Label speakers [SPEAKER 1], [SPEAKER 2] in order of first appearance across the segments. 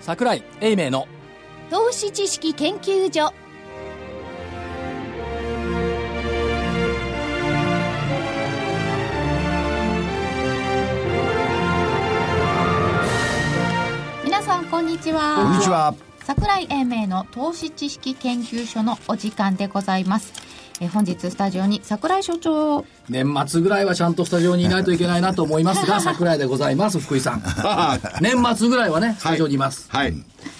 [SPEAKER 1] 桜井英明の
[SPEAKER 2] 投資知識研究所皆さんこんにちは
[SPEAKER 3] こんにちは。
[SPEAKER 2] 桜井英明の投資知識研究所のお時間でございますえー本日スタジオに桜井所長
[SPEAKER 1] 年末ぐらいはちゃんとスタジオにいないといけないなと思い ますが桜井でございます福井さん年末ぐらいは ねスタジオにいます、
[SPEAKER 4] はい。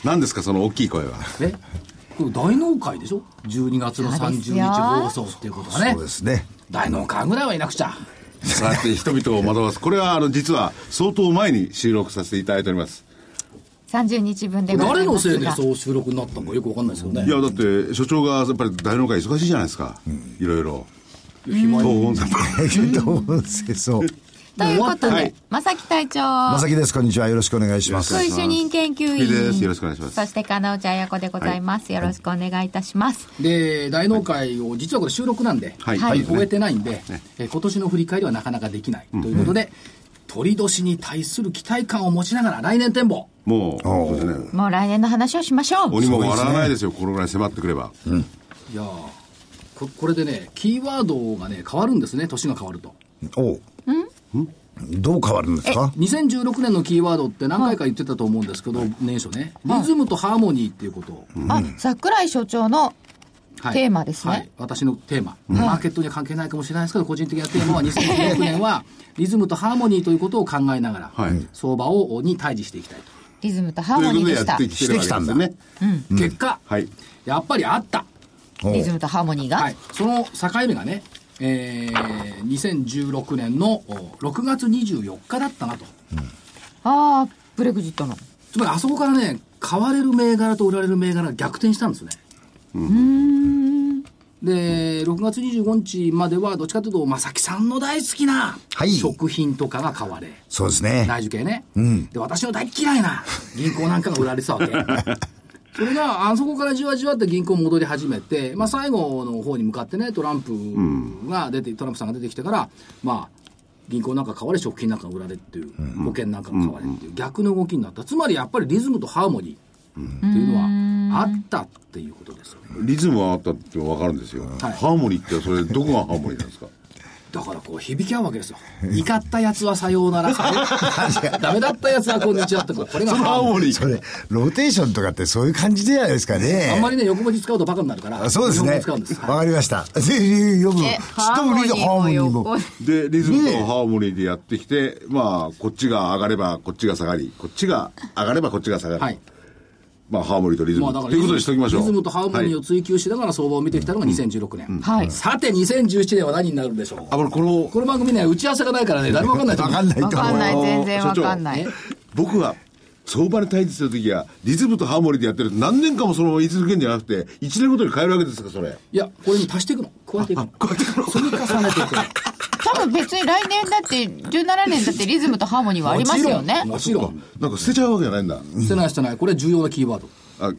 [SPEAKER 4] 何ですか、その大きい声は。
[SPEAKER 1] えこれ大納会でしょ12月の
[SPEAKER 2] そうです
[SPEAKER 1] 30
[SPEAKER 2] よ
[SPEAKER 1] 日放送っていうことはね
[SPEAKER 3] そうですね。
[SPEAKER 1] 大納会ぐらいはいなくちゃ
[SPEAKER 4] そうやって人々を惑わす。これは、あの、実は、相当前に収録させていただいております。
[SPEAKER 2] 30日分でございます
[SPEAKER 1] 誰のせいで
[SPEAKER 2] が
[SPEAKER 1] そう収録になったのかよくわかんないですよね
[SPEAKER 4] いや、だって、所長が、やっぱり大納会忙しいじゃないですか。いろいろ。
[SPEAKER 1] 暇
[SPEAKER 4] 東
[SPEAKER 1] よ
[SPEAKER 4] 本さん
[SPEAKER 3] どうもそう。
[SPEAKER 2] ということ
[SPEAKER 4] は
[SPEAKER 2] で
[SPEAKER 4] い
[SPEAKER 2] 正木隊長
[SPEAKER 3] まさきです。こんにちは。よろしくお願いします
[SPEAKER 4] よろ。
[SPEAKER 2] 副
[SPEAKER 4] し
[SPEAKER 2] 位主任研究
[SPEAKER 4] 福井で
[SPEAKER 2] 員
[SPEAKER 4] すよろしくお願いします
[SPEAKER 2] そして金内彩子でございます、よろしくお願いいたします
[SPEAKER 1] で大納会を実はこれ収録なんで、
[SPEAKER 4] はい
[SPEAKER 2] はい
[SPEAKER 1] 終えてないんで、えー今年の振り返りはなかなかできないということで、鳥年に対する期待感を持ちながら来年展望
[SPEAKER 4] もう、
[SPEAKER 3] お
[SPEAKER 4] そう
[SPEAKER 3] う
[SPEAKER 4] ですね。
[SPEAKER 2] もう来年の話をしましょう
[SPEAKER 4] 鬼も笑わないですよ、このぐらい迫ってくれば。
[SPEAKER 1] いやーここれでねキーワードがね変わるんですね年が変わると
[SPEAKER 3] おう。どう変わるんですか
[SPEAKER 1] 2016年のキーワードって何回か言ってたと思うんですけど、年初ねリズムとハーモニーっていうことを、
[SPEAKER 2] あ桜井所長の
[SPEAKER 1] はい
[SPEAKER 2] テーマですね
[SPEAKER 1] はい私のテーマ、マーケットには関係ないかもしれないですけど個人的なテーマは2016年はリズムとハーモニーということを考えながら、
[SPEAKER 4] はい
[SPEAKER 1] 相場をに対峙していきたいと、
[SPEAKER 2] リズムとハ
[SPEAKER 4] と
[SPEAKER 2] ー
[SPEAKER 4] い
[SPEAKER 2] モ
[SPEAKER 4] う
[SPEAKER 2] ニ
[SPEAKER 4] こ
[SPEAKER 2] ー
[SPEAKER 4] と
[SPEAKER 2] で
[SPEAKER 4] で、
[SPEAKER 2] し
[SPEAKER 4] や
[SPEAKER 2] た
[SPEAKER 4] ってきてるわけですよね。
[SPEAKER 1] 結果、
[SPEAKER 4] はい。
[SPEAKER 1] やっぱりあった、
[SPEAKER 3] おう
[SPEAKER 2] リズムとハーモニーが、
[SPEAKER 1] はい、その境目がね、えー2016年のお6月24日だったなと
[SPEAKER 2] ああブレグジットの
[SPEAKER 1] つまりあそこからね買われる銘柄と売られる銘柄が逆転したんですねで6月25日まではどっちかというと正木さんの大好きな
[SPEAKER 3] はい
[SPEAKER 1] 食品とかが買われ、
[SPEAKER 3] そうですね。
[SPEAKER 1] 内需系ね、で私の大嫌いな銀行なんかが売られてた わけそれがあそこからじわじわって銀行戻り始めて、まあ、最後の方に向かってねトランプが出て、トランプさんが出てきてからまあ銀行なんか買われ食品なんか売られっていう、保険なんかも買われっていう逆の動きになったつまりやっぱりリズムとハーモニーっていうのはあったっていうことですよね
[SPEAKER 4] リズムはあったってわかるんですよ。
[SPEAKER 1] い
[SPEAKER 4] ハーモニーって、それ、どこがハーモニーなんですか。
[SPEAKER 1] だからこう響き合うわけです よ怒ったやつはさようならさよ うならダメだったやつはこんにちはってこれが
[SPEAKER 4] その
[SPEAKER 1] ハ
[SPEAKER 4] ハ
[SPEAKER 1] ー
[SPEAKER 4] ー
[SPEAKER 1] モニー
[SPEAKER 4] モニ
[SPEAKER 3] そ
[SPEAKER 4] ー。
[SPEAKER 3] れ、ローテーションとかってそういう感じじゃないですかね。
[SPEAKER 1] あんまりね横文字使うとバカになるから
[SPEAKER 3] あそうです
[SPEAKER 1] 横文
[SPEAKER 3] ね
[SPEAKER 1] 字使うんです。
[SPEAKER 3] わかりました。ぜひ読む。ち
[SPEAKER 2] え
[SPEAKER 3] っともリズム、ハーモニーも。
[SPEAKER 4] で、リズムとハーモニーでやってきて、まあ、こっちが上がればこっちが下がり、こっちが上がればこっちが下がる。
[SPEAKER 1] はい
[SPEAKER 4] まあ、ハーモニーとリズム。
[SPEAKER 1] まあ
[SPEAKER 4] と、
[SPEAKER 1] だから
[SPEAKER 4] いうことにしておきましょう。
[SPEAKER 1] リズムとハーモニーを
[SPEAKER 4] はい
[SPEAKER 1] 追求しながら相場を見てきたのが2016年。
[SPEAKER 2] はい
[SPEAKER 1] さて、2017年は何になるんでしょう
[SPEAKER 4] あ、これ、この、
[SPEAKER 1] この番組ね、打ち合わせがないからね、誰もわかんないと
[SPEAKER 3] わ
[SPEAKER 1] 思う
[SPEAKER 3] かんないと
[SPEAKER 2] わかん
[SPEAKER 3] 思う。
[SPEAKER 2] ない
[SPEAKER 4] あの
[SPEAKER 2] 全然わ
[SPEAKER 4] 所長
[SPEAKER 2] かんない
[SPEAKER 1] え
[SPEAKER 4] 僕は、相場に対峙するときは、リズムとハーモニーでやってると何年間もそのまま言い続けるんじゃなくて、1年ごとに変えるわけですか、それ。
[SPEAKER 1] いや、これに足していくの。こうやっていくの。積み重ねていくの。
[SPEAKER 2] 多分別に来年だって17年だってリズムとハーモニーはありますよね
[SPEAKER 1] もちろん。
[SPEAKER 4] なんか捨てちゃうわけじゃないんだ。
[SPEAKER 1] してないしてない。これ重要なキーワード。
[SPEAKER 4] あ、ね、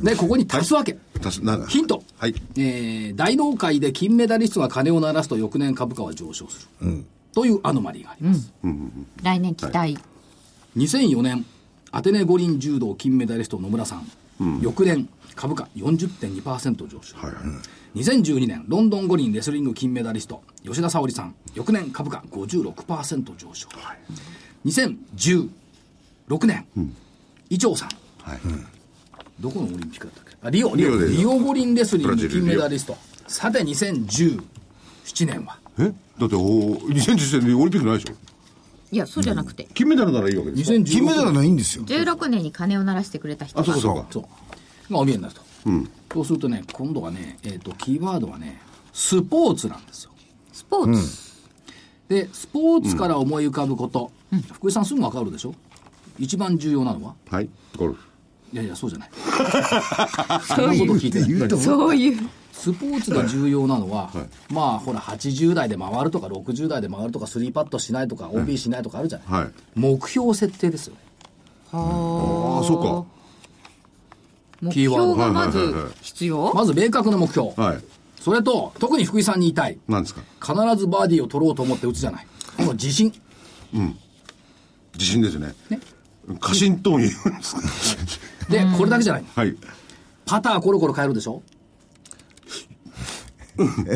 [SPEAKER 1] で、ここに足すわけ。
[SPEAKER 4] 足す、なんか。
[SPEAKER 1] ヒント。
[SPEAKER 4] はい。
[SPEAKER 1] えー大納会で金メダリストが金を鳴らすと翌年株価は上昇する。というアノマリーがあります。
[SPEAKER 2] 来年期待、
[SPEAKER 1] 2004年アテネ五輪柔道金メダリスト野村さん、翌年株価40.2%上昇、2012年ロンドン五輪レスリング金メダリスト吉田沙保里さん翌年株価56%上昇、2016年、伊調さん
[SPEAKER 4] はい。
[SPEAKER 1] どこのオリンピックだったっけあリオリ
[SPEAKER 4] リ
[SPEAKER 1] オ
[SPEAKER 4] オで
[SPEAKER 1] リオ五輪レスリング
[SPEAKER 4] ブラジル
[SPEAKER 1] 金メダリストさて2017年は
[SPEAKER 4] えだって、お2010年にオリンピックないでしょ。
[SPEAKER 2] いやそうじゃなくて、
[SPEAKER 4] 金メダルならいいわけですよ。
[SPEAKER 1] 2016
[SPEAKER 3] 金メダルのいいんですよ。
[SPEAKER 2] 16年に鐘を鳴らしてくれた人
[SPEAKER 4] あ、そうかそうか。
[SPEAKER 1] そうがお見えになると、そうするとね今度はね、えー、とキーワードはねスポーツなんですよ
[SPEAKER 2] スポーツ、
[SPEAKER 1] でスポーツから思い浮かぶこと、福井さんすぐ分かるでしょ一番重要なのは
[SPEAKER 4] はい。ゴルフ。
[SPEAKER 1] いやいやそうじゃない
[SPEAKER 2] そ
[SPEAKER 1] そ
[SPEAKER 2] うん
[SPEAKER 1] なこと
[SPEAKER 2] いう
[SPEAKER 1] 聞いてない
[SPEAKER 2] そういう
[SPEAKER 1] スポーツが重要なのは、まあほら80代で回るとか60代で回るとかスリーパットしないとか OB しないとかあるじゃない、
[SPEAKER 4] はい
[SPEAKER 1] 目標設定ですよね
[SPEAKER 4] ああ、そ
[SPEAKER 2] 目
[SPEAKER 1] キーワード
[SPEAKER 2] 標がま
[SPEAKER 4] はいはいはいは
[SPEAKER 2] ず
[SPEAKER 4] い
[SPEAKER 2] 必要
[SPEAKER 1] まず明確な目標、
[SPEAKER 4] うか。はい。
[SPEAKER 1] それと特に福井さんに言いたい
[SPEAKER 4] なんですか
[SPEAKER 1] 必ずバーディーを取ろうと思って打つじゃないこの自信
[SPEAKER 4] 自信ですよね
[SPEAKER 1] ね
[SPEAKER 4] 過信とも言うんですか。
[SPEAKER 1] で、これだけじゃない。
[SPEAKER 4] はい。
[SPEAKER 1] パターコロコロ変えるでしょ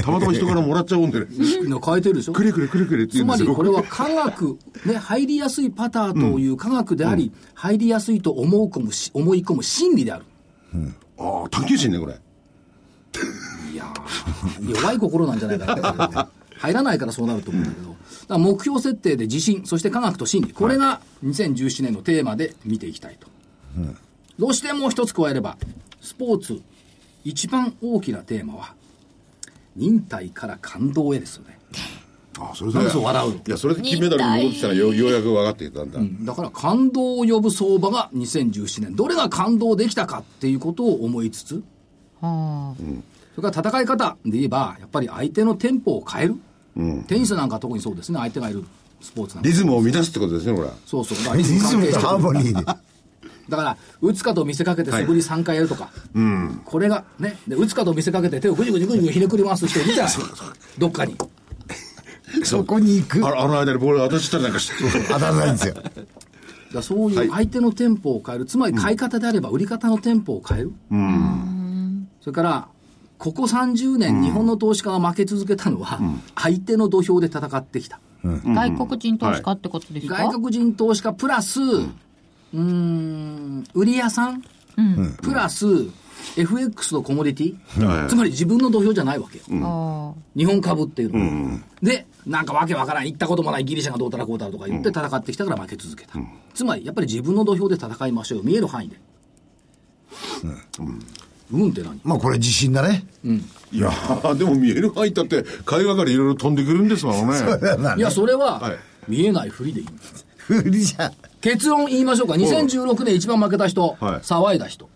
[SPEAKER 4] たまたま人からもらっちゃうんでね。
[SPEAKER 1] の変えてるでしょ
[SPEAKER 4] くれくれくれくれって
[SPEAKER 1] つ
[SPEAKER 4] 言うん
[SPEAKER 1] ま
[SPEAKER 4] です
[SPEAKER 1] り
[SPEAKER 4] よ。
[SPEAKER 1] これは科学、ね、入りやすいパターという科学であり、入りやすいと思う込むし思い込む心理である。
[SPEAKER 4] ああ、探求心ね、これ。
[SPEAKER 1] いやー弱い心なんじゃないかなって入らないからそうなると思うんだけど、だから目標設定で自信、そして科学と心理、これが2017年のテーマで見ていきたいと。どうしてもう一つ加えれば、スポーツ、一番大きなテーマは、忍耐から感動へですよね。
[SPEAKER 4] ああ、それ
[SPEAKER 1] なんでそう笑うの
[SPEAKER 4] いや、それで金メダルに戻ってきたらよようやく分かってきたんだ。
[SPEAKER 1] だから感動を呼ぶ相場が2017年、どれが感動できたかっていうことを思いつつ、
[SPEAKER 2] はあ
[SPEAKER 1] それから戦い方で言えば、やっぱり相手のテンポを変える、テニスなんか特にそうですね、相手がいるスポーツなんか
[SPEAKER 4] リ、ズムを乱すってことですね、これは。
[SPEAKER 1] そうそう、だから
[SPEAKER 3] リ
[SPEAKER 1] リズム
[SPEAKER 3] ズ
[SPEAKER 1] 関係
[SPEAKER 3] ムと
[SPEAKER 1] して
[SPEAKER 3] ハー
[SPEAKER 1] く
[SPEAKER 3] モ
[SPEAKER 1] る
[SPEAKER 3] ニーで。
[SPEAKER 1] だから、打つかと見せかけて素振り3回やるとか、これがねで、打つかと見せかけて手をぐじぐじぐじぐじひねくり回す人いるじゃないどっかに。
[SPEAKER 3] そこに行く。
[SPEAKER 4] ああの間にボール渡したりなんかして。
[SPEAKER 3] 当たらないんですよ。
[SPEAKER 1] だからそういう相手のテンポを変える、つまり買い方であれば売り方のテンポを変える、それからここ30年、日本の投資家が負け続けたのは、相手の土俵で戦ってきた、
[SPEAKER 2] 外国人投資家ってことですか、
[SPEAKER 1] 外国人投資家プラス、うん、ん売り屋さん、プラス FX のコモディティ、
[SPEAKER 4] はい
[SPEAKER 1] つまり自分の土俵じゃないわけよ、
[SPEAKER 2] あ
[SPEAKER 1] 日本株っていうのは、でなんかわけわからん行ったこともないギリシャがどうたらこうたらとか言って戦ってきたから負け続けた、つまりやっぱり自分の土俵で戦いましょうよ見える範囲でうん、って何
[SPEAKER 3] まあこれ自信だね。
[SPEAKER 4] いやー、でも見える範囲だって、会話からいろいろ飛んでくるんですもん ね。
[SPEAKER 1] い やそれは、
[SPEAKER 4] はい
[SPEAKER 1] 見えないふりでいいんです
[SPEAKER 3] ふり じゃ。
[SPEAKER 1] 結論言いましょうか2016年一番負けた人、
[SPEAKER 4] はい
[SPEAKER 1] 騒いだ人、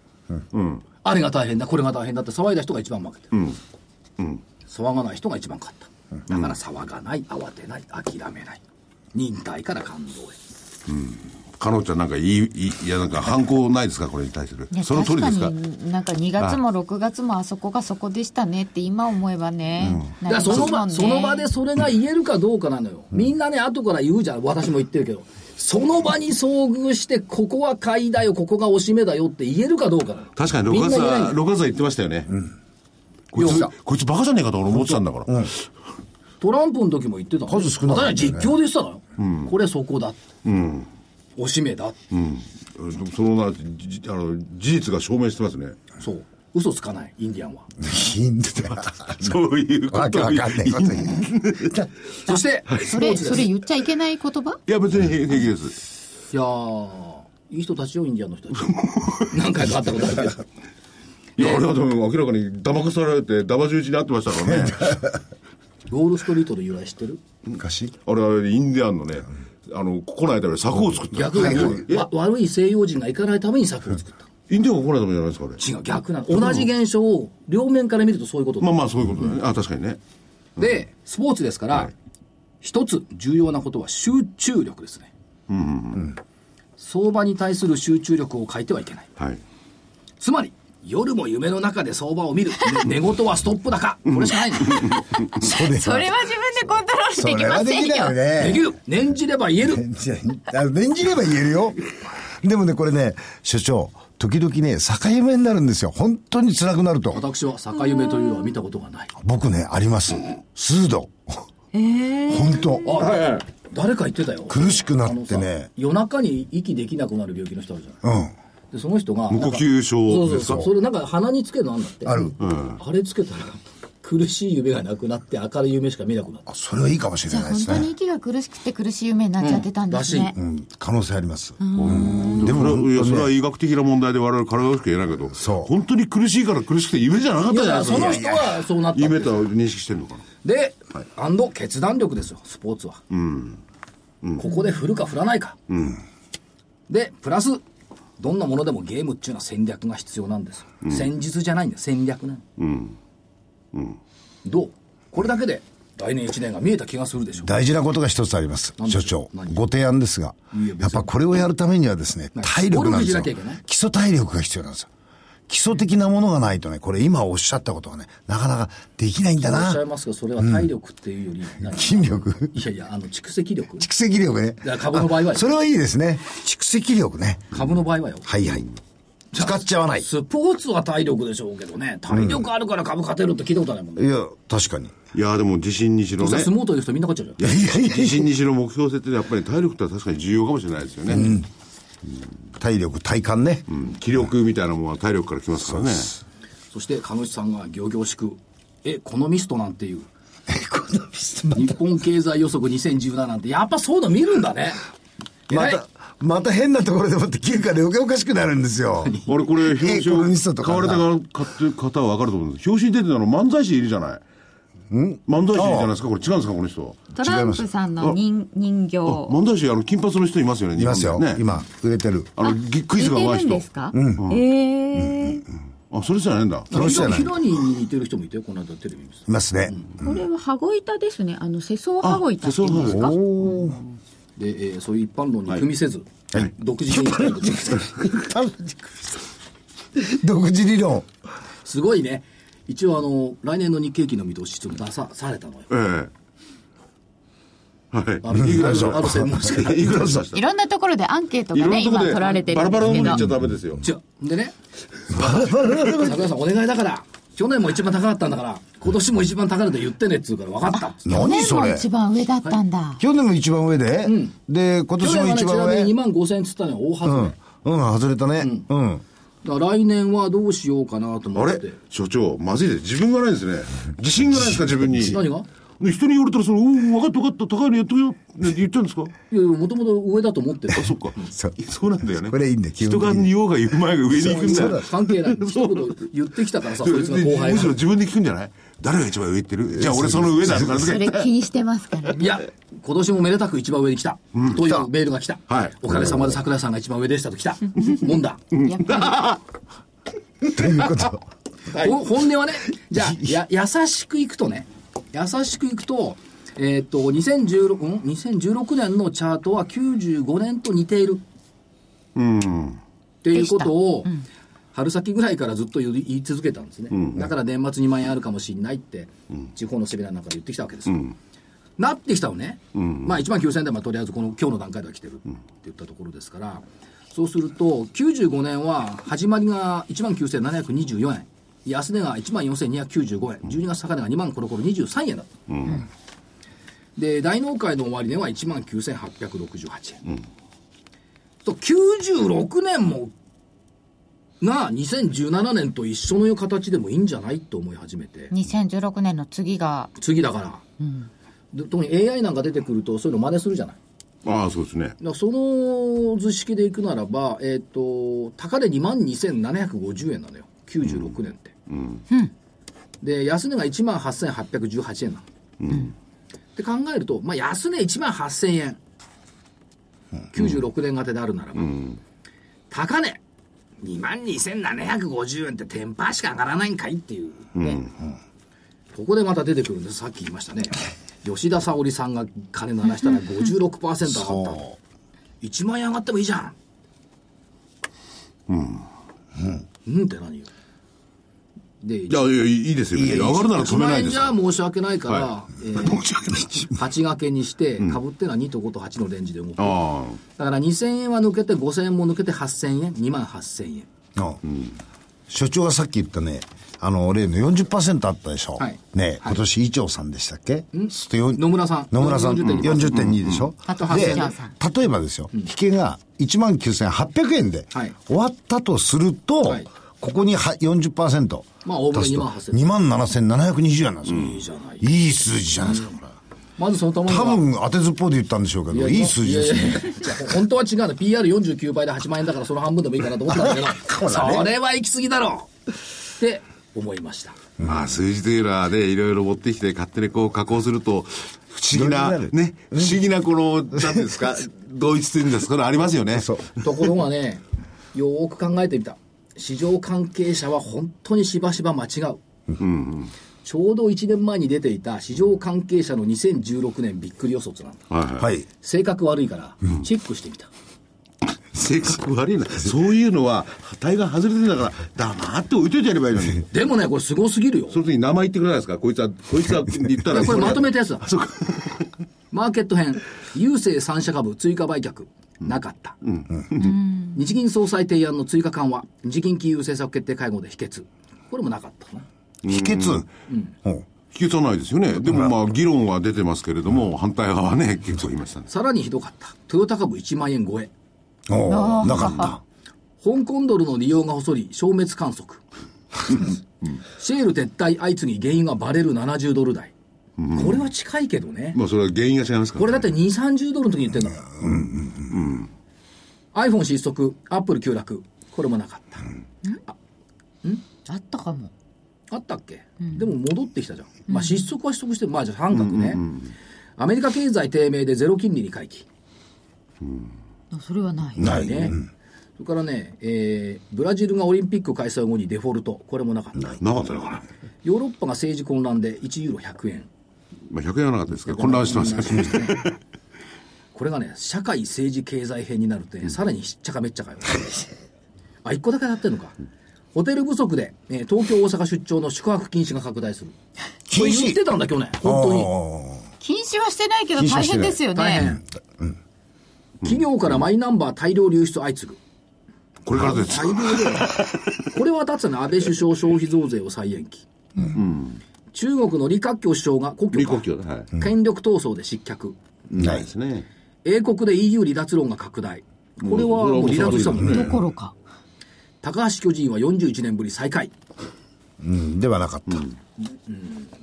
[SPEAKER 1] あれが大変だこれが大変だって騒いだ人が一番負けてる、騒がない人が一番勝っただから騒がない慌てない諦めない忍耐から感動へ
[SPEAKER 4] かのんちゃんなんかいい、いいいやなんか反抗ないですか、これに対する
[SPEAKER 2] あ。
[SPEAKER 4] その通りですか。
[SPEAKER 2] 確かになんか2月も6月もあそこがそこでしたねって今思えばね、
[SPEAKER 1] だか
[SPEAKER 2] なり
[SPEAKER 1] ら
[SPEAKER 2] ます
[SPEAKER 1] その
[SPEAKER 2] も
[SPEAKER 1] 場
[SPEAKER 2] んね
[SPEAKER 1] その場でそれが言えるかどうかなのよ、みんなね、後から言うじゃん、私も言ってるけど、その場に遭遇して、ここは買いだよ、ここが押し目だよって言えるかどうかなの
[SPEAKER 4] 確かに
[SPEAKER 1] み
[SPEAKER 4] 6
[SPEAKER 1] んな
[SPEAKER 4] 月
[SPEAKER 1] 言えない
[SPEAKER 4] は、
[SPEAKER 1] んだよ
[SPEAKER 4] 6月は言ってましたよね。こい
[SPEAKER 1] よう
[SPEAKER 4] つ
[SPEAKER 1] さ、
[SPEAKER 4] こいつバカじゃねえかと俺思ってたんだから。
[SPEAKER 1] トランプの時も言ってたの
[SPEAKER 3] 数少ない
[SPEAKER 1] 私は実況で言ってたのよ、これそこだ、押し目だ、
[SPEAKER 4] うんそのな、じあの、事実が証明してますね。
[SPEAKER 1] そう、嘘つかない、インディアンは。
[SPEAKER 3] ヒントだ。
[SPEAKER 4] そういうこ
[SPEAKER 3] わけ
[SPEAKER 4] と
[SPEAKER 3] わかんないこと言う。だ
[SPEAKER 1] そして、ス
[SPEAKER 2] そ
[SPEAKER 1] ポー
[SPEAKER 2] れ
[SPEAKER 1] ツ
[SPEAKER 2] そ
[SPEAKER 1] です。
[SPEAKER 2] れ
[SPEAKER 1] い
[SPEAKER 2] 言っちゃいけない言葉
[SPEAKER 4] いや、別に平平気です。
[SPEAKER 1] やー、いい人たちよ、インディアンの人たち。何回か会ったことあるけど。
[SPEAKER 4] いや、あれはでも明らかに騙かされて、騙十一になってましたからね。
[SPEAKER 1] ウォールストリートの由来知ってる
[SPEAKER 3] 昔
[SPEAKER 4] あれはインディアンのね、あの、来ないために柵を作った。
[SPEAKER 1] 逆に、
[SPEAKER 4] え
[SPEAKER 1] わ悪い西洋人が行かないために策を作った。
[SPEAKER 4] インディアンが来ないためじゃないですか、あれ。
[SPEAKER 1] 違う逆なの同じ現象を両面から見るとそういうこと、
[SPEAKER 4] まあまあ、そういうことだね。あ、確かにね。
[SPEAKER 1] でスポーツですから、一つ重要なことは集中力ですね、相場に対する集中力を欠いてはいけない
[SPEAKER 4] はい。
[SPEAKER 1] つまり夜も夢の中で相場を見る、ね寝言はストップ高これしかないの
[SPEAKER 3] それ
[SPEAKER 2] それは自分でコントロール
[SPEAKER 3] そ
[SPEAKER 2] でき
[SPEAKER 3] れ
[SPEAKER 2] ま
[SPEAKER 3] はで
[SPEAKER 2] せん
[SPEAKER 3] きないよ
[SPEAKER 2] よ
[SPEAKER 1] で
[SPEAKER 3] ね
[SPEAKER 1] き。る念じれば言える
[SPEAKER 3] あ念じれば言えるよ。でもね、これね、所長、時々ね、境目になるんですよ。本当に辛くなると。
[SPEAKER 1] 私は逆夢というのは見たことがない
[SPEAKER 3] 僕ね、あります。数度。本当。
[SPEAKER 1] あ、誰か言ってたよ
[SPEAKER 3] 苦しくなって
[SPEAKER 1] あのさ
[SPEAKER 3] ね。
[SPEAKER 1] 夜中に息できなくなる病気の人あるじゃない
[SPEAKER 3] うん。
[SPEAKER 1] でその人が
[SPEAKER 4] 無呼吸
[SPEAKER 1] そ
[SPEAKER 4] 症
[SPEAKER 1] うそ
[SPEAKER 4] で
[SPEAKER 1] う
[SPEAKER 4] す
[SPEAKER 1] そう
[SPEAKER 4] か。
[SPEAKER 1] それなんか鼻につけるのあんだって
[SPEAKER 3] ある
[SPEAKER 1] あれつけたら苦しい夢がなくなって明るい夢しか見なくなった
[SPEAKER 3] あそれはいいかもしれないで
[SPEAKER 2] 本
[SPEAKER 3] す
[SPEAKER 2] 当に
[SPEAKER 3] ね。
[SPEAKER 2] 息が苦しくて苦しい夢になっちゃってたんですね、
[SPEAKER 3] うん、可能性あります。
[SPEAKER 4] でも、いや、それは医学的な問題で我々体がしか言えないけど、
[SPEAKER 3] そう
[SPEAKER 4] 本当に苦しいから苦しくて夢じゃなかっ
[SPEAKER 1] い
[SPEAKER 4] た
[SPEAKER 1] やい
[SPEAKER 4] じゃない
[SPEAKER 1] や
[SPEAKER 4] です
[SPEAKER 1] そ
[SPEAKER 4] か。
[SPEAKER 1] の人はそうなった
[SPEAKER 4] 夢とは認識してるのかな。
[SPEAKER 1] で、アンド決断力ですよスポーツは、ここで振るか振らないか、でプラスどんなものでもゲームっていうのは戦略が必要なんですよ、戦術じゃないんだよ戦略なの、どうこれだけで来年1年が見えた気がするでしょ
[SPEAKER 3] 大事なことが一つあります。
[SPEAKER 1] 何でしょ
[SPEAKER 3] 所
[SPEAKER 1] う
[SPEAKER 3] 長
[SPEAKER 1] 何、
[SPEAKER 3] ご提案ですが、やっぱこれをやるためにはですね、体力なんで
[SPEAKER 1] ゴルフ
[SPEAKER 3] すよ
[SPEAKER 1] しなきゃいけない。
[SPEAKER 3] 基礎体力が必要なんですよ。基礎的なものがないとね、これ今おっしゃったことがね、なかなかできないんだ
[SPEAKER 1] おっしゃい
[SPEAKER 3] な。
[SPEAKER 1] ますが、それは体力っていうより、何
[SPEAKER 3] 筋力
[SPEAKER 1] いやいや、あの、蓄積力
[SPEAKER 3] 蓄積力ね
[SPEAKER 1] いや。株の場合は
[SPEAKER 3] あそれはいいですね。蓄積力ね。
[SPEAKER 1] 株の場合はよ。
[SPEAKER 3] はいはい。使っちゃわない。い
[SPEAKER 1] スポーツは体力でしょうけどね、体力あるから株勝てるって聞いたことないもんね。
[SPEAKER 3] や、確かに。
[SPEAKER 4] いやーでも自信にしろ
[SPEAKER 1] 実
[SPEAKER 4] ね
[SPEAKER 1] は相撲取る人みんな勝っちゃう
[SPEAKER 4] い
[SPEAKER 1] じ
[SPEAKER 4] や自信にしろ目標設定でやっぱり体力って確かに重要かもしれないですよね、
[SPEAKER 3] 体力、体幹ね。
[SPEAKER 4] 気力みたいなものは体力からきますから ね
[SPEAKER 1] ゃん。そして、株主さんが行々しく、エコノミストなんていう、日本経済予測2017なんて、やっぱそういうの見るんだね。
[SPEAKER 3] ま
[SPEAKER 1] 偉い
[SPEAKER 3] た、また変なところでもって切るから余計おかしくなるんですよ。
[SPEAKER 4] 俺これ表
[SPEAKER 3] エコノミスト
[SPEAKER 4] 紙
[SPEAKER 3] とか
[SPEAKER 4] 買われた方買って方は分かると思うんです表紙に出てたの漫才師いるじゃない漫才師いるじゃないですかこれ違うんですかこの人
[SPEAKER 2] トランプさんの人人形。
[SPEAKER 4] あ漫才師あの金髪の人いますよね
[SPEAKER 3] いますよ
[SPEAKER 4] 日本でね
[SPEAKER 3] 今、売れてる。
[SPEAKER 4] あのぎクイズが上手
[SPEAKER 2] 似てるん
[SPEAKER 4] い
[SPEAKER 2] です
[SPEAKER 4] 人
[SPEAKER 2] かええ。
[SPEAKER 4] あそれじゃないんだ
[SPEAKER 3] 楽しそうやな
[SPEAKER 1] ヒロニーに似てる人もいてよ、この間テレビ見てた
[SPEAKER 3] いますね。
[SPEAKER 2] これは羽子板ですね。あの、世相羽子板って言うんですか
[SPEAKER 4] あ世
[SPEAKER 1] で、えーそういう一般論に組みせず、独自に言いたいことです。
[SPEAKER 3] 独自理論。
[SPEAKER 1] すごいね。一応あの、来年の日経期の見通し、ちょっと出さ、されたのよ。
[SPEAKER 4] ええ
[SPEAKER 1] あ
[SPEAKER 4] はい
[SPEAKER 1] る
[SPEAKER 4] いくらでしょ
[SPEAKER 1] ある専門誌から
[SPEAKER 4] いくらでした
[SPEAKER 2] いろんなところでアンケート
[SPEAKER 4] い
[SPEAKER 2] が
[SPEAKER 4] ろ
[SPEAKER 2] ね、
[SPEAKER 4] んなと
[SPEAKER 2] 今
[SPEAKER 4] こで
[SPEAKER 2] 取られて
[SPEAKER 4] バ
[SPEAKER 2] る
[SPEAKER 4] ラ
[SPEAKER 2] んで
[SPEAKER 4] バ
[SPEAKER 2] すけ
[SPEAKER 4] ラのもの言っちゃ
[SPEAKER 2] ど。
[SPEAKER 4] ダメですよ
[SPEAKER 1] じゃあでね桜井さんお願いだから去年も一番高かったんだから今年も一番高いので言ってねっつうから分かったっつって
[SPEAKER 2] 去
[SPEAKER 3] 何
[SPEAKER 2] 年
[SPEAKER 3] そ
[SPEAKER 2] も
[SPEAKER 3] れ
[SPEAKER 2] 一番上だったんだ。
[SPEAKER 3] 去年も一番上で、で、今
[SPEAKER 1] 去
[SPEAKER 3] 年
[SPEAKER 1] 年
[SPEAKER 3] も
[SPEAKER 1] はね
[SPEAKER 3] 一
[SPEAKER 1] ち
[SPEAKER 3] 番
[SPEAKER 1] なみに
[SPEAKER 3] 上
[SPEAKER 1] 2。万5000円っつったのよ大外
[SPEAKER 3] う
[SPEAKER 1] れ、
[SPEAKER 3] ん。うん、外れたね。うん。
[SPEAKER 1] だから来年はどうしようかなと思
[SPEAKER 4] あ
[SPEAKER 1] っ
[SPEAKER 4] れ
[SPEAKER 1] て
[SPEAKER 4] 所長、まずいです。自分がないですね。自信がないですか、自分に。
[SPEAKER 1] 何が
[SPEAKER 4] で人に言われたら、その、うん、分かった分かった、高いのやっとくよって言っちゃうんですか
[SPEAKER 1] いやもともと上だと思ってる
[SPEAKER 4] あ、そっか。
[SPEAKER 3] そう
[SPEAKER 4] そうなんだよね。
[SPEAKER 3] これいいんだよ基
[SPEAKER 4] 人
[SPEAKER 3] 本的
[SPEAKER 4] が
[SPEAKER 3] に
[SPEAKER 4] 言おうが言う前が上に行くんだよ。
[SPEAKER 1] 関係ない一言言ってきたから さそいつの
[SPEAKER 4] で
[SPEAKER 1] 後輩
[SPEAKER 4] むしろ
[SPEAKER 1] が
[SPEAKER 4] 自分で聞くんじゃない誰が一番上行ってるじゃあ俺その上だとか
[SPEAKER 2] それ気にしてますからね。
[SPEAKER 1] いや今年もめでたく一番上に来た、というメールが来た、
[SPEAKER 4] はい
[SPEAKER 1] おかげさまで桜井さんが一番上でしたと来 たもんだ
[SPEAKER 2] やっぱ
[SPEAKER 3] ということ。
[SPEAKER 1] ほ本 音はね、じゃあ、や、優しくいくとね、優しくいくと、えーっと、2016、ん ?2016 年のチャートは95年と似ている。っていうことを、春先ぐらりからずっと言い言い続けたんですね、だから年末2万円あるかもしれないって、地方のセミナーなんかで言ってきたわけですよ、なってきたのね、まあ1万9000円でまあとりあえずこの今日の段階では来てるって言ったところですから、そうすると、95年は始まりが1万9724円、安値が1万4295円、12月高値が2万コロコロ23円だった。で大納会の終値は1万9868円、と96年もが2017年と一緒の形でもいいんじゃないと思い始めて
[SPEAKER 2] 2016年の次が、
[SPEAKER 1] 次だから、で特に AI なんか出てくるとそういうの真似するじゃないだ
[SPEAKER 4] ああ、そうですね。
[SPEAKER 1] からその図式でいくならば、えっと高値2万2750円なのよ96年って、で安値が1万8818円なの、って考えると、まあ、安値1万8000円96年型であるならば、高値2万2750円ってテンパーしか上がらないんかいっていうね、ここでまた出てくるんですさっき言いましたね吉田沙保里さんが金鳴らしたら56%上がった1万円上がってもいいじゃんうんうん、って何よで
[SPEAKER 4] いや、いや、いいですよ。上がるなら止めな
[SPEAKER 1] 1万
[SPEAKER 4] いで
[SPEAKER 1] 円
[SPEAKER 4] す
[SPEAKER 1] じ
[SPEAKER 4] よ
[SPEAKER 1] ゃ。申し訳ないから、
[SPEAKER 4] は
[SPEAKER 1] えー8掛けにして、株ってのは2と5と8のレンジで動く。だ
[SPEAKER 4] ああ。
[SPEAKER 1] から2000円は抜けて、5000円も抜けて8000円、2万8000円。
[SPEAKER 3] うん所長がさっき言ったね、あの、例の40%あったでしょ。
[SPEAKER 1] はい
[SPEAKER 3] ね、今年、伊調さんでしたっけちょっとよ
[SPEAKER 1] 野村さん
[SPEAKER 3] 野村さん、
[SPEAKER 1] 40.2%
[SPEAKER 3] 40.2でしょ。
[SPEAKER 2] あと
[SPEAKER 3] で、
[SPEAKER 2] 八丈さ
[SPEAKER 3] 例えばですよ、引けが19,800円で
[SPEAKER 1] はい
[SPEAKER 3] 終わったとすると
[SPEAKER 1] はい、
[SPEAKER 3] ここには40%。
[SPEAKER 1] まあおおむね
[SPEAKER 3] 足すと
[SPEAKER 1] 2
[SPEAKER 3] 27,720円なんですよ。
[SPEAKER 1] いいじゃない。
[SPEAKER 3] いい数字じゃないですか、これ。
[SPEAKER 1] まずそのために
[SPEAKER 3] 多
[SPEAKER 1] は
[SPEAKER 3] 分当てずっぽうで言ったんでしょうけど、いい数字ですね。
[SPEAKER 1] いやいやいや本当は違うの。PR49 倍で8万円だからその半分でもいいかなと思ったんだけ ど、それは行き過ぎだろうって思いました。
[SPEAKER 4] まあ、数字というのはね、いろいろ持ってきて、勝手にこう加工すると、不思議な、
[SPEAKER 3] いろいろなる
[SPEAKER 4] ね、不思議なこの、なんていうんですか、同一というんですか、これありますよね。
[SPEAKER 3] そう。
[SPEAKER 1] ところがね、よーく考えてみた。市場関係者は本当にしばしば間違う。ちょうど1年前に出ていた市場関係者の2016年びっくり予測なんだ。
[SPEAKER 4] はいはい。
[SPEAKER 3] はい。
[SPEAKER 1] 性格悪いから、チェックしてみた。
[SPEAKER 4] 性格悪いな。そういうのは、対が外れてんだから、黙って置いといてやればいいのに。
[SPEAKER 1] でもね、これすごすぎるよ。
[SPEAKER 4] その時に名前言ってくれないですかこいつは、こいつはって 言ったら。
[SPEAKER 1] これまとめたやつだ
[SPEAKER 4] あそうか。
[SPEAKER 1] マーケット編、郵政三社株追加売却、なかった。日銀総裁提案の追加緩和、日銀金融政策決定会合で否決。これもなかったな。
[SPEAKER 3] 秘訣。うん
[SPEAKER 4] 聞けさないですよね。でもまあ、議論は出てますけれども、反対派はね、結構いましたね。
[SPEAKER 1] さらにひどかった。トヨタ株1万円超え。
[SPEAKER 3] おーなかった。
[SPEAKER 1] 香港ドルの利用が細り、消滅観測。シェール撤退相次ぎ原因がバレる70ドル台。これは近いけどね。
[SPEAKER 4] まあ、それは原因が違いますから、ね。
[SPEAKER 1] これだって2、30ドルの時に言ってんだから。iPhone 失速、Apple 急落。これもなかった。
[SPEAKER 2] あったかも。
[SPEAKER 1] あったっけ、でも戻ってきたじゃん。まあ失速は失速して、まあじゃあ半額ね。アメリカ経済低迷でゼロ金利に回帰。
[SPEAKER 2] あそれはない。
[SPEAKER 3] ない。
[SPEAKER 1] ね。それからね、えーブラジルがオリンピック開催後にデフォルト。これもなかった。
[SPEAKER 4] なかったのかな。
[SPEAKER 1] ヨーロッパが政治混乱で1ユーロ100円。
[SPEAKER 4] まあ、100円はなかったですけど、混乱してましたね。
[SPEAKER 1] これがね、社会政治経済編になるって、さらにしっちゃかめっちゃかよ。 あ、一個だけやってんのか。ホテル不足で、えー東京、大阪出張の宿泊禁止が拡大する。これ言ってたんだ、去年。本当に。
[SPEAKER 2] 禁止はしてないけど
[SPEAKER 3] 禁止は
[SPEAKER 2] 大
[SPEAKER 3] して
[SPEAKER 2] 変
[SPEAKER 3] ない
[SPEAKER 2] ですよ
[SPEAKER 1] 大変、
[SPEAKER 2] ね。
[SPEAKER 1] 企業からマイナンバー大量流出相次ぐ。
[SPEAKER 4] これからです。
[SPEAKER 1] 大量だ よこれはだってね、安倍首相消費増税を再延期。中国の李克強首相が故郷
[SPEAKER 4] 李克強ねはい
[SPEAKER 1] 権力闘争で失脚。
[SPEAKER 4] ないですね。
[SPEAKER 1] 英国で EU 離脱論が拡大。これはもう離脱したもん
[SPEAKER 4] うん
[SPEAKER 1] ね。
[SPEAKER 2] どころか。
[SPEAKER 1] 高橋巨人は41年ぶり再開
[SPEAKER 3] うんではなかった。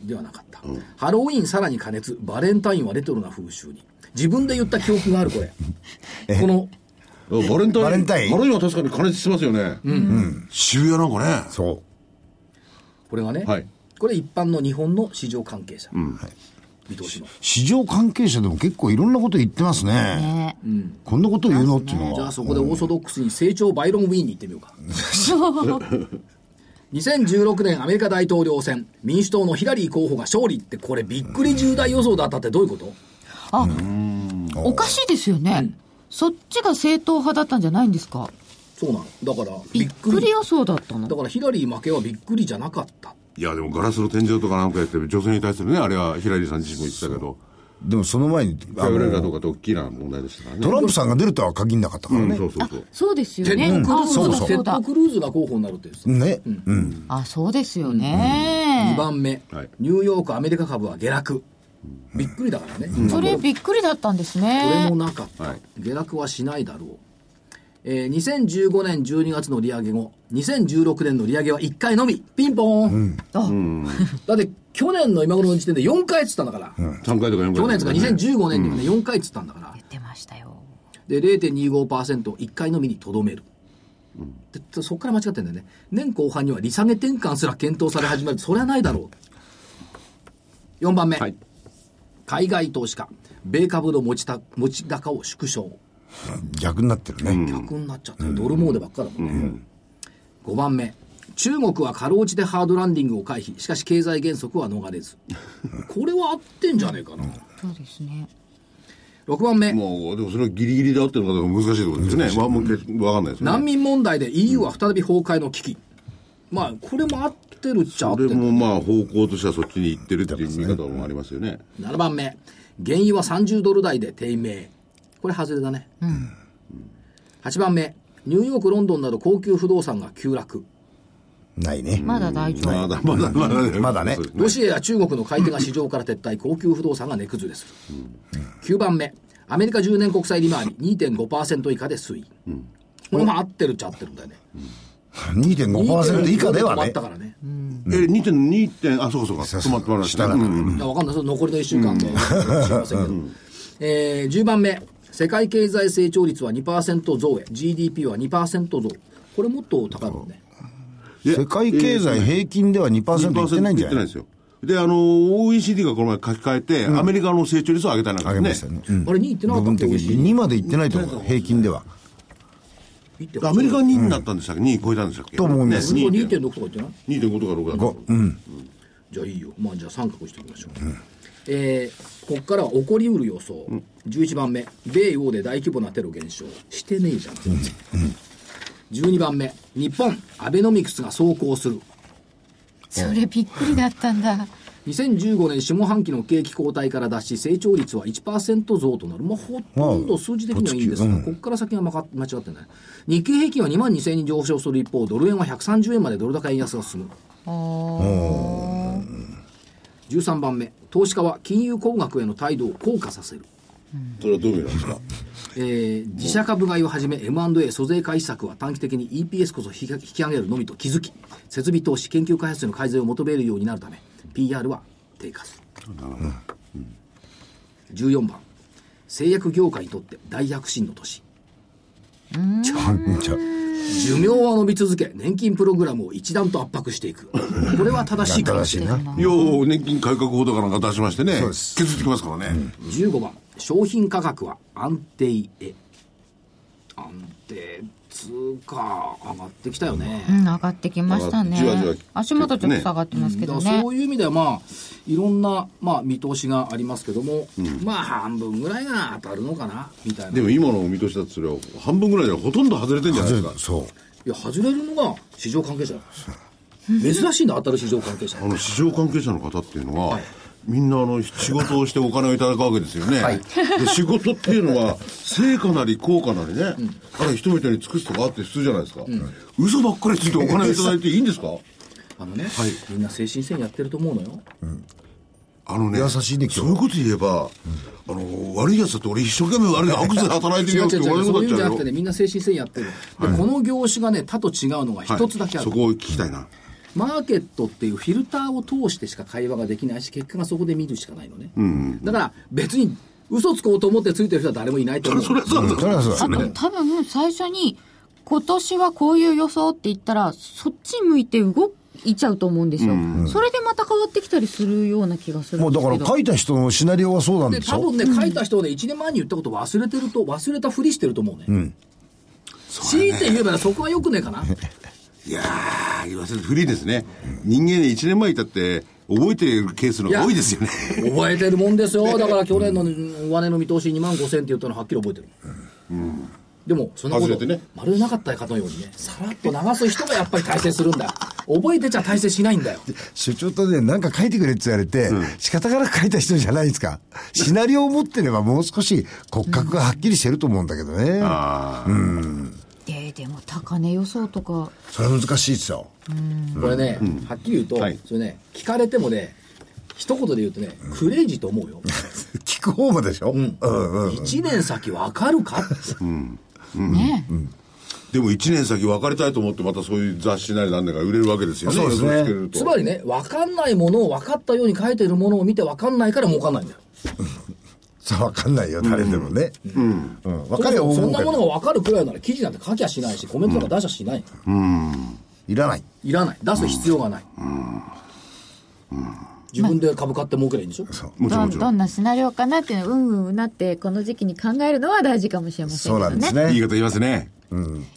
[SPEAKER 1] ではなかった、ハロウィンさらに加熱バレンタインはレトロな風習に自分で言った記憶があるこ れこの
[SPEAKER 4] あバレンタイン。
[SPEAKER 3] バレンタイン
[SPEAKER 4] バレンは確かに加熱してますよね。うん。渋谷なんかね。
[SPEAKER 3] そう。
[SPEAKER 1] これがね、
[SPEAKER 4] はい
[SPEAKER 1] これ一般の日本の市場関係者、見通しの
[SPEAKER 3] 市場関係者でも結構いろんなこと言ってますね。
[SPEAKER 2] ね
[SPEAKER 3] こんなこと言うのっていうの
[SPEAKER 1] じゃあ
[SPEAKER 3] は。
[SPEAKER 1] そこでオーソドックスに成長バイロンウィーンに行ってみよう か2016年アメリカ大統領選民主党のヒラリー候補が勝利ってこれびっくり重大予想だったってどういうこと
[SPEAKER 2] あ、おかしいですよね。そっちが正統派だったんじゃないんですか
[SPEAKER 1] そうなのだから
[SPEAKER 2] びっくり予想だったの
[SPEAKER 1] だ。からヒラリー負けはびっくりじゃなかった
[SPEAKER 4] いや、でもガラスの天井とかなんかやってる女性に対するね、あれはヒラリーさん自身も言ってたけど、
[SPEAKER 3] でもその前に、あ
[SPEAKER 4] 食べられるか
[SPEAKER 3] の
[SPEAKER 4] どうかって大きな問題でしたからね。
[SPEAKER 3] トランプさんが出るとは限んなかったから
[SPEAKER 4] うん
[SPEAKER 3] ね。
[SPEAKER 4] そうそうそう。
[SPEAKER 2] そうですよ
[SPEAKER 1] テ
[SPEAKER 2] ね。
[SPEAKER 1] ッド
[SPEAKER 2] あ、
[SPEAKER 1] ク
[SPEAKER 2] そう
[SPEAKER 1] ルーズ
[SPEAKER 2] だそ
[SPEAKER 1] テッ
[SPEAKER 2] うだ
[SPEAKER 1] ド。クルーズが候補になるって言ってた
[SPEAKER 3] ね。うん。
[SPEAKER 2] あ、そうですよね
[SPEAKER 1] 2。番目、
[SPEAKER 4] はい
[SPEAKER 1] ニューヨークアメリカ株は下落びっくりだからね、こ
[SPEAKER 2] それびっくりだったんです
[SPEAKER 1] れ
[SPEAKER 2] ね
[SPEAKER 1] も。なかった、
[SPEAKER 4] はい
[SPEAKER 1] 下落はしないだろう、えー2015年12月の利上げ後2016年の利上げは1回のみピンポーン、
[SPEAKER 2] あ、
[SPEAKER 1] だって去年の今頃の時点で4回っつったんだから、
[SPEAKER 4] 3回とか4回
[SPEAKER 1] 去年とか
[SPEAKER 4] ね
[SPEAKER 1] 2015年にはね4回っつったんだから
[SPEAKER 2] 言ってましたよ。
[SPEAKER 1] で0.25%1 回のみにとどめる、でそこから間違ってんだよね年後半には利下げ転換すら検討され始めるそりゃないだろう4番目、
[SPEAKER 4] はい。
[SPEAKER 1] 海外投資家米株の持ちた持ち高を縮小
[SPEAKER 3] 逆になってるね。
[SPEAKER 1] 逆になっちゃってドル儲でばっかだもんね、5番目中国は過労死でハードランディングを回避しかし経済減速は逃れ ずこれは合ってんじゃねえかな
[SPEAKER 2] そうですね。
[SPEAKER 1] 6番目
[SPEAKER 4] もう、でもそれはギリギリで合ってるのかどうか難しいところですね。まあ、もうけわかんないですね。
[SPEAKER 1] 難民問題で EU は再び崩壊の危機、まあこれも合ってるっちゃ合っ
[SPEAKER 4] そ
[SPEAKER 1] てる
[SPEAKER 4] れもまあ、方向としてはそっちに行ってるっていう見方もありますよね。
[SPEAKER 1] 7番目原油は30ドル台で低迷これ外れだね、8番目ニューヨークロンドンなど高級不動産が急落
[SPEAKER 3] ないね。
[SPEAKER 2] まだ大丈
[SPEAKER 4] ま
[SPEAKER 2] 夫。
[SPEAKER 4] だまだまだ
[SPEAKER 3] まだね
[SPEAKER 4] そうです
[SPEAKER 1] ロシアや中国の買い手が市場から撤退高級不動産が値崩れする、9番目アメリカ10年国債利回り2.5%以下で推移、これも合ってるっちゃ合ってるんだよね
[SPEAKER 3] 2.5%以下で
[SPEAKER 1] 2.5止
[SPEAKER 3] は
[SPEAKER 1] まっ
[SPEAKER 3] ね
[SPEAKER 1] た。からね、
[SPEAKER 4] え、2点、2点、あ、そうかそうか。
[SPEAKER 3] そう
[SPEAKER 4] 止
[SPEAKER 3] そう
[SPEAKER 4] まってもらう
[SPEAKER 3] 下だから
[SPEAKER 4] うん
[SPEAKER 1] いやわかんないその残りの1週間で、知りませんけど、えー10番目世界経済成長率は2%増へ GDP は2%増これもっと高いもんね
[SPEAKER 4] で
[SPEAKER 3] 世界経済平均では2%いってないんじ
[SPEAKER 4] 言っ
[SPEAKER 3] ゃ
[SPEAKER 4] てな
[SPEAKER 3] ない
[SPEAKER 4] で
[SPEAKER 3] い
[SPEAKER 4] すよ。で、あの、OECD がこの前書き換えて、アメリカの成長率を上げたいなん
[SPEAKER 3] 上
[SPEAKER 4] か
[SPEAKER 3] げま
[SPEAKER 4] で
[SPEAKER 3] し
[SPEAKER 4] す
[SPEAKER 3] た
[SPEAKER 4] ね。
[SPEAKER 3] ね。うん
[SPEAKER 1] あれ2位ってなか
[SPEAKER 3] 部
[SPEAKER 1] ったっけ
[SPEAKER 3] 分的
[SPEAKER 1] 美味し
[SPEAKER 3] に
[SPEAKER 1] い
[SPEAKER 3] 2までいってないと思う。平均では。
[SPEAKER 1] 1.8
[SPEAKER 4] アメリカ2になったんでしたっけ ?2 超えたんでしたっけ
[SPEAKER 3] と思います
[SPEAKER 1] これ
[SPEAKER 4] ね2.6
[SPEAKER 1] 2.6とか言ってない
[SPEAKER 4] 2.5とか6だった。
[SPEAKER 3] うん。
[SPEAKER 1] じゃあいいよ。まあじゃあ三角しておきましょう。えーここからは起こりうる予想。11番目、米欧で大規模なテロ減少。してねえじゃん。12番目、日本、アベノミクスが走行する。
[SPEAKER 2] それびっくりだったんだ。
[SPEAKER 1] 2015年下半期の景気後退から脱し、成長率は1%増となる。まあ、ほとんど数字的にはいいんですが、
[SPEAKER 3] まあ
[SPEAKER 1] ここから先はまか間違ってない。日経平均は2万2000に上昇する一方、ドル円は130円までドル高円安が進む。
[SPEAKER 2] おー
[SPEAKER 1] 13番目、投資家は金融工学への態度を硬化させる。
[SPEAKER 4] それはどういう意味なんですか
[SPEAKER 1] えー自社株買いをはじめ M&A 租税回避策は短期的に EPS こそ引き引き上げるのみと気づき設備投資研究開発への改善を求めるようになるため PR は低下する14番製薬業界にとって大躍進の年
[SPEAKER 3] じゃ
[SPEAKER 1] 寿命は伸び続け年金プログラムを一段と圧迫していくこれは正しいかも
[SPEAKER 3] 新
[SPEAKER 1] し
[SPEAKER 3] し
[SPEAKER 1] れ
[SPEAKER 3] い
[SPEAKER 1] ない
[SPEAKER 3] な。
[SPEAKER 4] よう年金改革法とかなんか出しましてね
[SPEAKER 3] そうです
[SPEAKER 4] 削ってきますからね、
[SPEAKER 1] 15番商品価格は安定へ安定通貨上がってきたよね、
[SPEAKER 2] うん、上がってきましたね。
[SPEAKER 4] 上がってじわじわ
[SPEAKER 2] 足元ちょっと下がってますけ
[SPEAKER 1] だか
[SPEAKER 2] ど
[SPEAKER 1] ら
[SPEAKER 2] ね。
[SPEAKER 1] そういう意味ではまあいろんな、まあ、見通しがありますけども、まあ半分ぐらいが当たるのかなみたいな
[SPEAKER 4] でも今のお見通しだとそれは半分ぐらいじゃほとんど外れてんじゃないですか
[SPEAKER 3] そ
[SPEAKER 1] い
[SPEAKER 3] う。
[SPEAKER 1] や外れるのが市場関係者だ珍しいな当たる市場関係者
[SPEAKER 4] あの市場関係者の方っていうのは、みんなあの仕事をしてお金をいただくわけですよね、で仕事っていうのは成果なり効果なりね、ある人々に尽くすとかあって普通じゃないですか、嘘ばっかりついてお金をいただいていいんですか
[SPEAKER 1] あのね、みんな精神戦やってると思うのよ
[SPEAKER 4] あのね
[SPEAKER 3] 優しいね今日
[SPEAKER 4] そういうこと言えば、あの悪いやつだって俺一生懸命悪い悪で働いて
[SPEAKER 1] 違
[SPEAKER 4] るよ
[SPEAKER 1] う
[SPEAKER 4] って
[SPEAKER 1] 違う
[SPEAKER 4] 言われ
[SPEAKER 1] 違う
[SPEAKER 4] るこ
[SPEAKER 1] そ
[SPEAKER 4] と
[SPEAKER 1] うい
[SPEAKER 4] に
[SPEAKER 1] うんじ
[SPEAKER 4] なっち
[SPEAKER 1] ゃな
[SPEAKER 4] ゃう
[SPEAKER 1] く
[SPEAKER 4] よ
[SPEAKER 1] てねみんな精神戦やってる、でこの業種がね他と違うのが一つだけあ
[SPEAKER 4] はい
[SPEAKER 1] る、
[SPEAKER 4] そこを聞きたいな
[SPEAKER 1] マーケットっていうフィルターを通してしか会話ができないし結果がそこで見るしかないのね、だから別に嘘つこうと思ってついてる人は誰もいないと思う
[SPEAKER 4] それはそうだ、
[SPEAKER 3] それはそう
[SPEAKER 2] あ
[SPEAKER 3] だ
[SPEAKER 2] と多分最初に今年はこういう予想って言ったらそっち向いて動いちゃうと思うんですよ、それでまた変わってきたりするような気がするん
[SPEAKER 3] もう
[SPEAKER 2] で
[SPEAKER 3] だ
[SPEAKER 2] すけ
[SPEAKER 3] か
[SPEAKER 2] ど
[SPEAKER 3] ら書いた人のシナリオはそうなん
[SPEAKER 1] で
[SPEAKER 3] でし
[SPEAKER 1] 多
[SPEAKER 3] ょ
[SPEAKER 1] 分ね書いた人はね1年前に言ったこと忘れてると忘れたふりしてると思うね、強いて言えばそこはよくねえかな
[SPEAKER 4] いやー言わせるとフリーですね、人間1年前いたって覚えてるケースの方が多いですよね
[SPEAKER 1] 覚えてるもんですよだから去年の上値の見通し2万5000って言ったのはっきり覚えてる、でもそんなこ
[SPEAKER 4] 外
[SPEAKER 1] と
[SPEAKER 4] れてね
[SPEAKER 1] まるでなかったかのようにねさらっと流す人がやっぱり大成するんだ覚えてちゃ大成しないんだよ
[SPEAKER 3] 所長とね、なんか書いてくれって言われて、仕方がなく書いた人じゃないですか。シナリオを持ってればもう少し骨格がはっきりしてると思うんだけど ね。
[SPEAKER 4] あー
[SPEAKER 2] ででも高値予想とか
[SPEAKER 3] それは難しいですよ。
[SPEAKER 1] これね、はっきり言うと、
[SPEAKER 4] はい
[SPEAKER 1] それね聞かれてもね一言で言うとね、クレイジーと思うよ。
[SPEAKER 3] 聞く方もでしょ、うん、うんうん
[SPEAKER 1] 一年先わかるかって
[SPEAKER 2] ね、
[SPEAKER 4] でも1年先別れたいと思ってまたそういう雑誌なりなんだか売れるわけですよね
[SPEAKER 3] そうですね
[SPEAKER 4] 予想つけると
[SPEAKER 1] つまりね、分かんないものを分かったように書いてるものを見て分かんないから儲かんないんだよ。
[SPEAKER 3] さあ、わかんないよ、誰でもね。うん。うん。わかるよ、
[SPEAKER 1] そ
[SPEAKER 3] 思
[SPEAKER 1] ん
[SPEAKER 3] う
[SPEAKER 1] な
[SPEAKER 3] け
[SPEAKER 1] もの
[SPEAKER 3] ど。
[SPEAKER 1] が分かるくらいなら記事なんて書きゃしないし、コメントなんか出しゃしない。
[SPEAKER 3] いらない。
[SPEAKER 1] いらない。出す必要がない。自分で株買って儲けりゃいいんでしょ
[SPEAKER 4] もちろ
[SPEAKER 2] ど
[SPEAKER 4] んも
[SPEAKER 2] ん
[SPEAKER 4] ちろ
[SPEAKER 2] ど
[SPEAKER 4] ん
[SPEAKER 2] んなシナリオかなっていうのをうんうんうなってこの時期に考えるのは大事かもしれません
[SPEAKER 3] そう
[SPEAKER 2] け
[SPEAKER 3] な
[SPEAKER 2] ど
[SPEAKER 3] んです
[SPEAKER 2] ね
[SPEAKER 3] ね。
[SPEAKER 4] いい方言いますね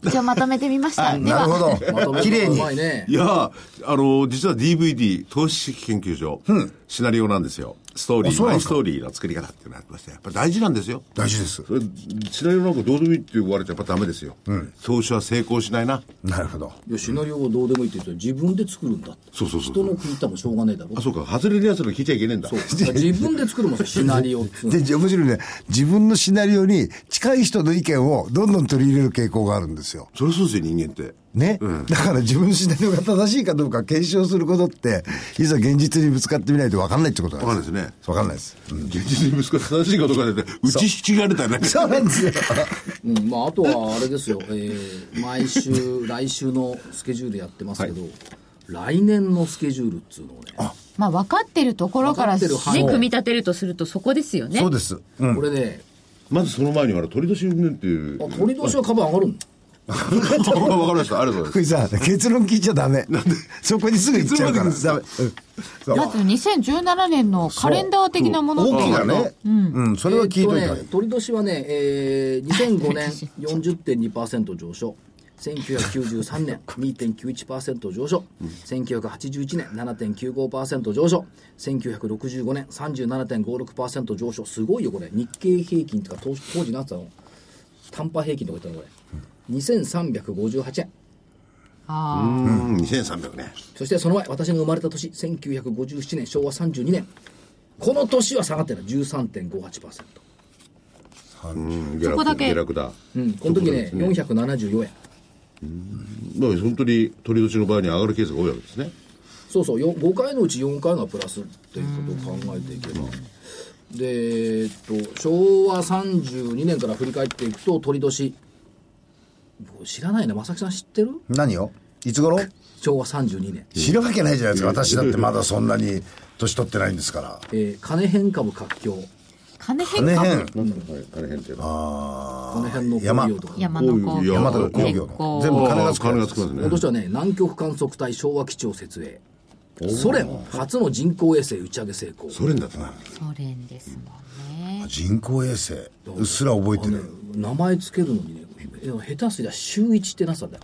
[SPEAKER 2] 一応まとめてみました、で
[SPEAKER 3] なる
[SPEAKER 2] は
[SPEAKER 1] ま
[SPEAKER 3] ほ
[SPEAKER 1] とめ
[SPEAKER 3] ど。
[SPEAKER 1] て
[SPEAKER 3] 綺麗に
[SPEAKER 1] う。まいね
[SPEAKER 4] い。やーあのー実は DVD 投資式研究所、シナリオなんですよストーリ
[SPEAKER 3] あそ
[SPEAKER 4] ー
[SPEAKER 3] うな
[SPEAKER 4] マ
[SPEAKER 3] ん
[SPEAKER 4] イ
[SPEAKER 3] です
[SPEAKER 4] ス
[SPEAKER 3] か
[SPEAKER 4] トーリーの作り方っていうのがあってましてやっぱり大事なんですよ
[SPEAKER 3] 大事です。
[SPEAKER 4] それシナリオなんかどうでもいいって言われてやっぱダメですよ、投資は成功しないな
[SPEAKER 3] なるほど。
[SPEAKER 1] いやシナリオをどうでもいいって言ったら自分で作るんだって。
[SPEAKER 4] そうそうそう
[SPEAKER 1] 人の聞いたもしょうがねえだろ
[SPEAKER 4] あ。そうか外れるやつの聞いちゃいけねえんだ
[SPEAKER 1] そうだから自分で作るもんさ、シナリオ っていうのは
[SPEAKER 3] で、じゃあ面白いね。自分のシナリオに近い人の意見をどんどん取り入れる傾向があるんですよ。
[SPEAKER 4] そりゃそうですよ人間って
[SPEAKER 3] ね、だから自分のシナリオが正しいかどうか検証することって、いざ現実にぶつかってみないと分かんないってことなん
[SPEAKER 4] 分かん
[SPEAKER 3] で。
[SPEAKER 4] ないですすね
[SPEAKER 3] 分かんないです。
[SPEAKER 4] 現実に息子が正しいかどうかで打ちひしがれたらね
[SPEAKER 3] そうなんですよ。
[SPEAKER 1] うん、まああとはあれですよ、えー毎週、来週のスケジュールやってますけど、来年のスケジュールっつうのをね、
[SPEAKER 2] まあ分かってるところから
[SPEAKER 1] 分かってる範囲
[SPEAKER 2] 軸組み立てるとするとそこですよね
[SPEAKER 3] そうです。うん。
[SPEAKER 1] これね、
[SPEAKER 4] まずその前にあの鳥年云々っていう
[SPEAKER 1] あ鳥年は株上がるん
[SPEAKER 4] わかりました。ありがとうござい
[SPEAKER 3] 福井さん、結論聞いちゃダメ。そこにすぐ行っちゃうから。
[SPEAKER 4] 結
[SPEAKER 3] ダメ。うんそう
[SPEAKER 2] まず2017年のカレンダー的なもの
[SPEAKER 3] 大き
[SPEAKER 2] が
[SPEAKER 3] なね。うん。それは聞いとい
[SPEAKER 1] えっ
[SPEAKER 3] た方がい
[SPEAKER 1] とね
[SPEAKER 3] い。
[SPEAKER 1] 鳥年はね、えー、2005年40.2%上昇1993年2.91%上昇、1981年7.95%上昇1965年37.56%上昇すごいよこれ日経平均とか当当時なんつったの短波平均とか言ったのこれ2358円
[SPEAKER 2] ああ
[SPEAKER 4] うん2300ね
[SPEAKER 1] そしてその前私の生まれた年1957年昭和32年この年は下がってるの13.58%
[SPEAKER 4] うん
[SPEAKER 2] そこだけ
[SPEAKER 4] 下落だ
[SPEAKER 1] うんこの時ね474円
[SPEAKER 4] だから本当に取り年の場合に上がるケースが多いわけですね
[SPEAKER 1] そうそうよ5回のうち4回がプラスっていうことを考えていけば、で、えっと、昭和32年から振り返っていくと鳥年僕知らないな正木さん知ってる
[SPEAKER 3] 何をいつ頃
[SPEAKER 1] 昭和32年、
[SPEAKER 3] 知るわけないじゃないですか。私だってまだそんなに年取ってないんですから。
[SPEAKER 1] えー金変株活況
[SPEAKER 2] 金変
[SPEAKER 3] 金
[SPEAKER 2] 化
[SPEAKER 3] 変。
[SPEAKER 4] なんだろうあれ変っていうのは
[SPEAKER 1] この辺の
[SPEAKER 3] 山
[SPEAKER 1] 工業とか
[SPEAKER 2] 山の工業
[SPEAKER 3] 山田工業
[SPEAKER 2] 鉄
[SPEAKER 3] の
[SPEAKER 2] 鋼。
[SPEAKER 3] 全部金がつく
[SPEAKER 4] 金
[SPEAKER 3] や
[SPEAKER 4] が
[SPEAKER 3] つ
[SPEAKER 4] つくんですね
[SPEAKER 1] 今年はね南極観測隊昭和基地を設営ソ連初の人工衛星打ち上げ成功
[SPEAKER 4] ソ連だったな
[SPEAKER 2] ソ連ですもんね
[SPEAKER 3] 人工衛星。うっすら覚えてる。
[SPEAKER 1] 名前つけるのにねいや下手すりゃ週1ってなさだよ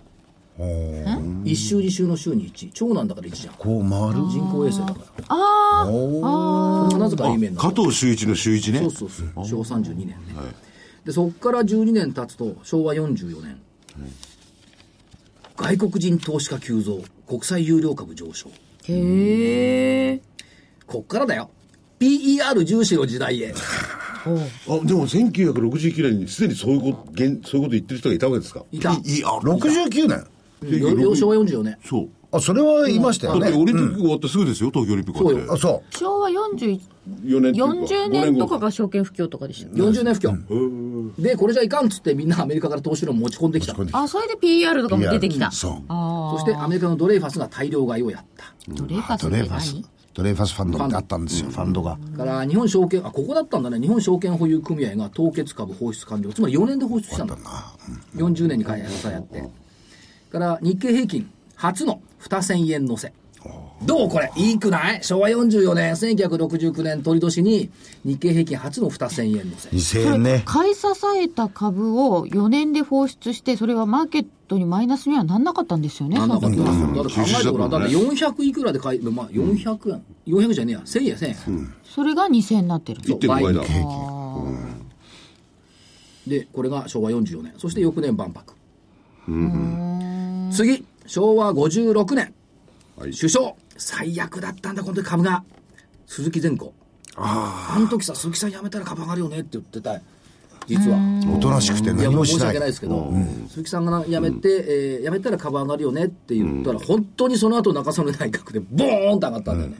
[SPEAKER 1] 1週2週の週に1長男だから1じゃん
[SPEAKER 3] こう回る
[SPEAKER 1] 人工衛星だから
[SPEAKER 2] あ
[SPEAKER 1] それがなぜかいい面な
[SPEAKER 4] 加
[SPEAKER 1] の
[SPEAKER 4] 藤周一の周一ね
[SPEAKER 1] そうそうそう昭和32年ね、でそこから12年経つと昭和44年、外国人投資家急増国際有料株上昇
[SPEAKER 2] あへえ
[SPEAKER 1] こっからだよ PER 重視の時代へ
[SPEAKER 4] あでも1969年にすでにそういうこと現そういうこと言ってる人がいたわけですか
[SPEAKER 1] いた
[SPEAKER 3] いや、69年。
[SPEAKER 1] よよ昭和44年
[SPEAKER 4] そう
[SPEAKER 3] あ、それはいました
[SPEAKER 4] だっ
[SPEAKER 3] よ
[SPEAKER 4] て
[SPEAKER 3] ね。
[SPEAKER 4] オリンピック終わってすぐですよ東京オリンピック終わっ
[SPEAKER 1] そう
[SPEAKER 4] て
[SPEAKER 3] あ、そ
[SPEAKER 2] 昭和41
[SPEAKER 4] 4年っていう
[SPEAKER 2] 40年とか
[SPEAKER 4] 五
[SPEAKER 2] が証券不況とかでしたよね
[SPEAKER 1] 40年不況、でこれじゃいかんっつってみんなアメリカから投資論持ち込んできた
[SPEAKER 3] 持ち込んで
[SPEAKER 2] あそれで PR とか
[SPEAKER 3] う。
[SPEAKER 2] も出てきた
[SPEAKER 3] そう。
[SPEAKER 2] あ
[SPEAKER 1] そしてアメリカのドレイファスが大量買いをやった
[SPEAKER 2] あドレイファス
[SPEAKER 3] ド
[SPEAKER 2] っ
[SPEAKER 3] レ
[SPEAKER 2] て
[SPEAKER 3] イファス
[SPEAKER 2] 何。
[SPEAKER 3] ドレイファスファンドってあったんですよ、ファンドが。
[SPEAKER 1] だから日本証券あここだったんだね日本証券保有組合が凍結株放出完了つまり4年で放出したんだ40年に開発さやってから日経平均初の2000円乗せどうこれいいくない昭和44年1969年鳥年に日経平均初の2000円乗せ
[SPEAKER 3] 2000円ね。
[SPEAKER 2] 買い支えた株を4年で放出してそれはマーケットにマイナスにはなんなかったんですよね
[SPEAKER 1] なんだか
[SPEAKER 2] そ
[SPEAKER 1] っ
[SPEAKER 2] の
[SPEAKER 1] て
[SPEAKER 2] 時は
[SPEAKER 1] だって考えてごらんだって400いくらで買い、まあ、400円、400じゃねえや1000円1000円、
[SPEAKER 2] それが2000になってる
[SPEAKER 4] 倍だ
[SPEAKER 1] 倍でこれが昭和44年そして翌年万博次昭和56年、
[SPEAKER 4] はい
[SPEAKER 1] 首相最悪だったんだこの時株が鈴木善子あの時さ鈴木さん辞めたら株上がるよねって言ってた実は
[SPEAKER 3] おとなしくて
[SPEAKER 1] いや
[SPEAKER 3] 何
[SPEAKER 1] も
[SPEAKER 3] も
[SPEAKER 1] う
[SPEAKER 3] し
[SPEAKER 1] 申し
[SPEAKER 3] な
[SPEAKER 1] 訳ない
[SPEAKER 3] い。
[SPEAKER 1] ですけど、鈴木さんが辞めて、えー辞めたら株上がるよねって言ったら、本当にその後中曽根内閣でボーンと上がったんだよね、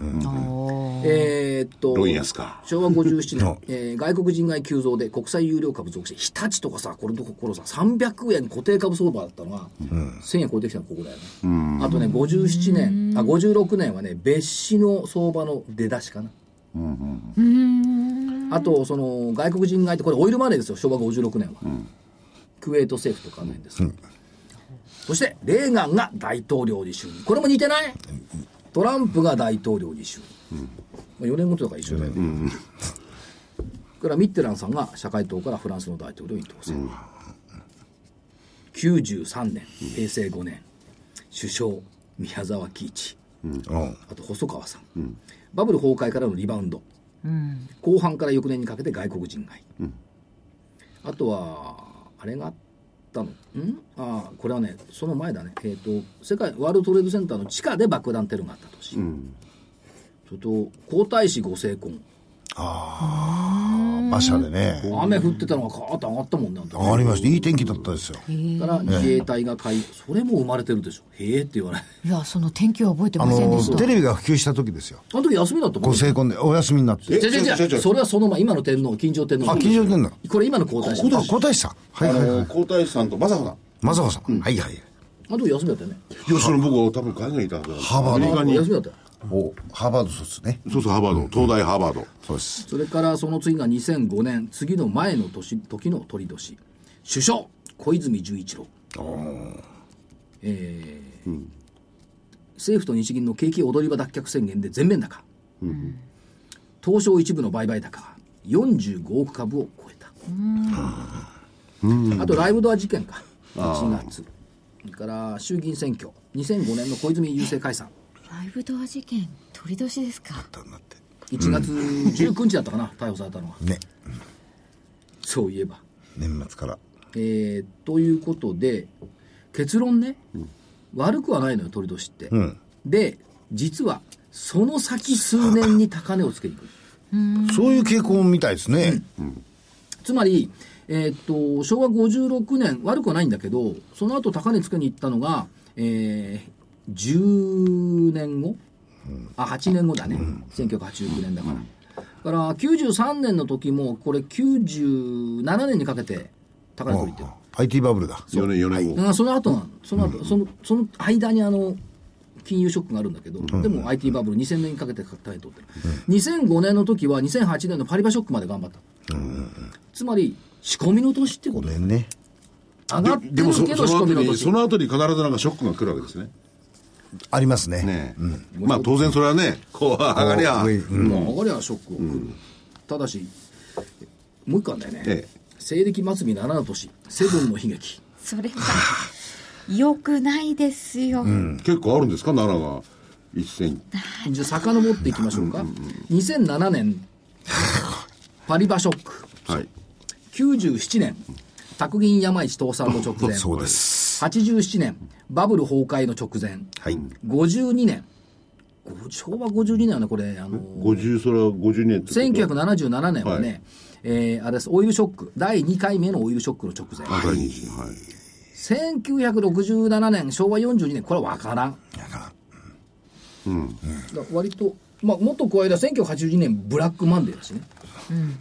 [SPEAKER 1] えーっと
[SPEAKER 4] ロイヤスか
[SPEAKER 1] 昭和57年、えー外国人買い急増で国際有料株続伸日立とかさこれのところさ300円固定株相場だったのが、1000円超えてきたのここだよね、あとね57年あ56年はね別紙の相場の出だしかなあとその外国人買いってこれオイルマネーですよ昭和56年は、クウェート政府とかないんです、そしてレーガンが大統領に就任これも似てないトランプが大統領に就任、まあ4年ごとだから一緒だよね、それからミッテランさんが社会党からフランスの大統領に当選、93年平成5年首相宮沢喜一
[SPEAKER 3] うん。
[SPEAKER 1] あと細川さん、バブル崩壊からのリバウンド、後半から翌年にかけて外国人買い、あとはあれがあったのんああこれはねその前だねえっ、と世界ワールドトレードセンターの地下で爆弾テロがあった年、それと皇太子ご成婚
[SPEAKER 3] 馬車でね。
[SPEAKER 1] 雨降ってたのがカーッと上がったもんなんだ
[SPEAKER 3] 上がりました。いい天気だったですよ。
[SPEAKER 1] から自衛隊が買いそれも生まれてるでしょへえって言わない
[SPEAKER 2] いやその天気は覚えて
[SPEAKER 3] あ
[SPEAKER 2] ませんでした
[SPEAKER 3] の、テレビが普及した時ですよ。
[SPEAKER 1] あの時休みだったもん
[SPEAKER 3] ご成婚でお休みになって。
[SPEAKER 1] 違う違う
[SPEAKER 4] ちょち
[SPEAKER 1] 違
[SPEAKER 4] ょ
[SPEAKER 1] う
[SPEAKER 4] ちょ
[SPEAKER 1] それはその前今の天皇金城天皇
[SPEAKER 3] あ、金城天皇。
[SPEAKER 1] これ今の皇太子
[SPEAKER 3] あ、皇太子さん。はいはいはい。
[SPEAKER 4] 皇太子さんと政子さん
[SPEAKER 3] 雅子さん。はいはい。
[SPEAKER 1] あの時休みだったよね
[SPEAKER 4] いやそれ僕は多分海外にいたはずだ
[SPEAKER 3] ハーバード
[SPEAKER 4] アメリカに
[SPEAKER 1] 休みだったよ
[SPEAKER 3] おハーバード卒ね。
[SPEAKER 4] そうそうハーバード東大ハーバード
[SPEAKER 3] そうです。
[SPEAKER 1] それからその次が2005年次の前の年時の鳥年首相小泉純一郎えー政府と日銀の景気踊り場脱却宣言で全面高東証一部の売買高は45億株を超えたあとライブドア事件か1月それから衆議院選挙2005年の小泉郵政解散
[SPEAKER 2] ライブドア事件取り年ですか
[SPEAKER 3] だなって。
[SPEAKER 1] 1月19日だったかな、逮捕されたのは
[SPEAKER 3] ね。
[SPEAKER 1] そういえば
[SPEAKER 3] 年末から。
[SPEAKER 1] えーということで結論ね、悪くはないのよ鳥年って、で実はその先数年に高値をつけにいく
[SPEAKER 3] そういう傾向みたいですね。
[SPEAKER 1] つまり、えーっと昭和56年悪くはないんだけどその後高値つけに行ったのが、えー10年後あ8年後だね、1989年だから、だから93年の時もこれ97年にかけて高値取りってる
[SPEAKER 3] IT バブルだ。
[SPEAKER 4] 4年、4年後。
[SPEAKER 1] うん、その後なのその後、そのその間にあの金融ショックがあるんだけど、でも IT バブル2000年にかけて高いとってる、2005年の時は2008年のパリバショックまで頑張った、つまり仕込みの年ってこ
[SPEAKER 3] 5
[SPEAKER 1] と
[SPEAKER 3] 年ね。
[SPEAKER 1] 上がって
[SPEAKER 4] ででも
[SPEAKER 1] る
[SPEAKER 4] そ
[SPEAKER 1] け
[SPEAKER 4] そ
[SPEAKER 1] ど仕
[SPEAKER 4] の
[SPEAKER 1] 込み
[SPEAKER 4] 後
[SPEAKER 1] の
[SPEAKER 4] に、
[SPEAKER 1] 年
[SPEAKER 4] その後に必ずなんかショックが来るわけですね。
[SPEAKER 3] ありますね。
[SPEAKER 4] ねえ。まあ当然それはね、こう、上がりゃ、
[SPEAKER 3] 上うん
[SPEAKER 1] まあ上がりはショックを来る、ただしもう一個あんだよね、
[SPEAKER 4] ええ
[SPEAKER 1] 西暦末にならぬ年セブンの悲劇
[SPEAKER 2] それが良くないですよ、
[SPEAKER 4] 結構あるんですか、奈良が。一戦。
[SPEAKER 1] じゃあ遡っていきましょうか、2007年 パリバショック
[SPEAKER 4] はい。
[SPEAKER 1] 97年宅銀山市倒産の直前
[SPEAKER 3] そうです。
[SPEAKER 1] 87年バブル崩壊の直前
[SPEAKER 3] はい。
[SPEAKER 1] 52年ご昭和52年はねこれあの
[SPEAKER 4] 50、それは52年ってこと
[SPEAKER 1] 1977年はね、
[SPEAKER 4] はい
[SPEAKER 1] えーあれですオイルショック第2回目のオイルショックの直前、
[SPEAKER 4] 第二次はい。
[SPEAKER 1] 1967年昭和42年これは分からん
[SPEAKER 3] だか
[SPEAKER 1] だから割と、まあ、もっと加えた1982年ブラックマンデーだしね、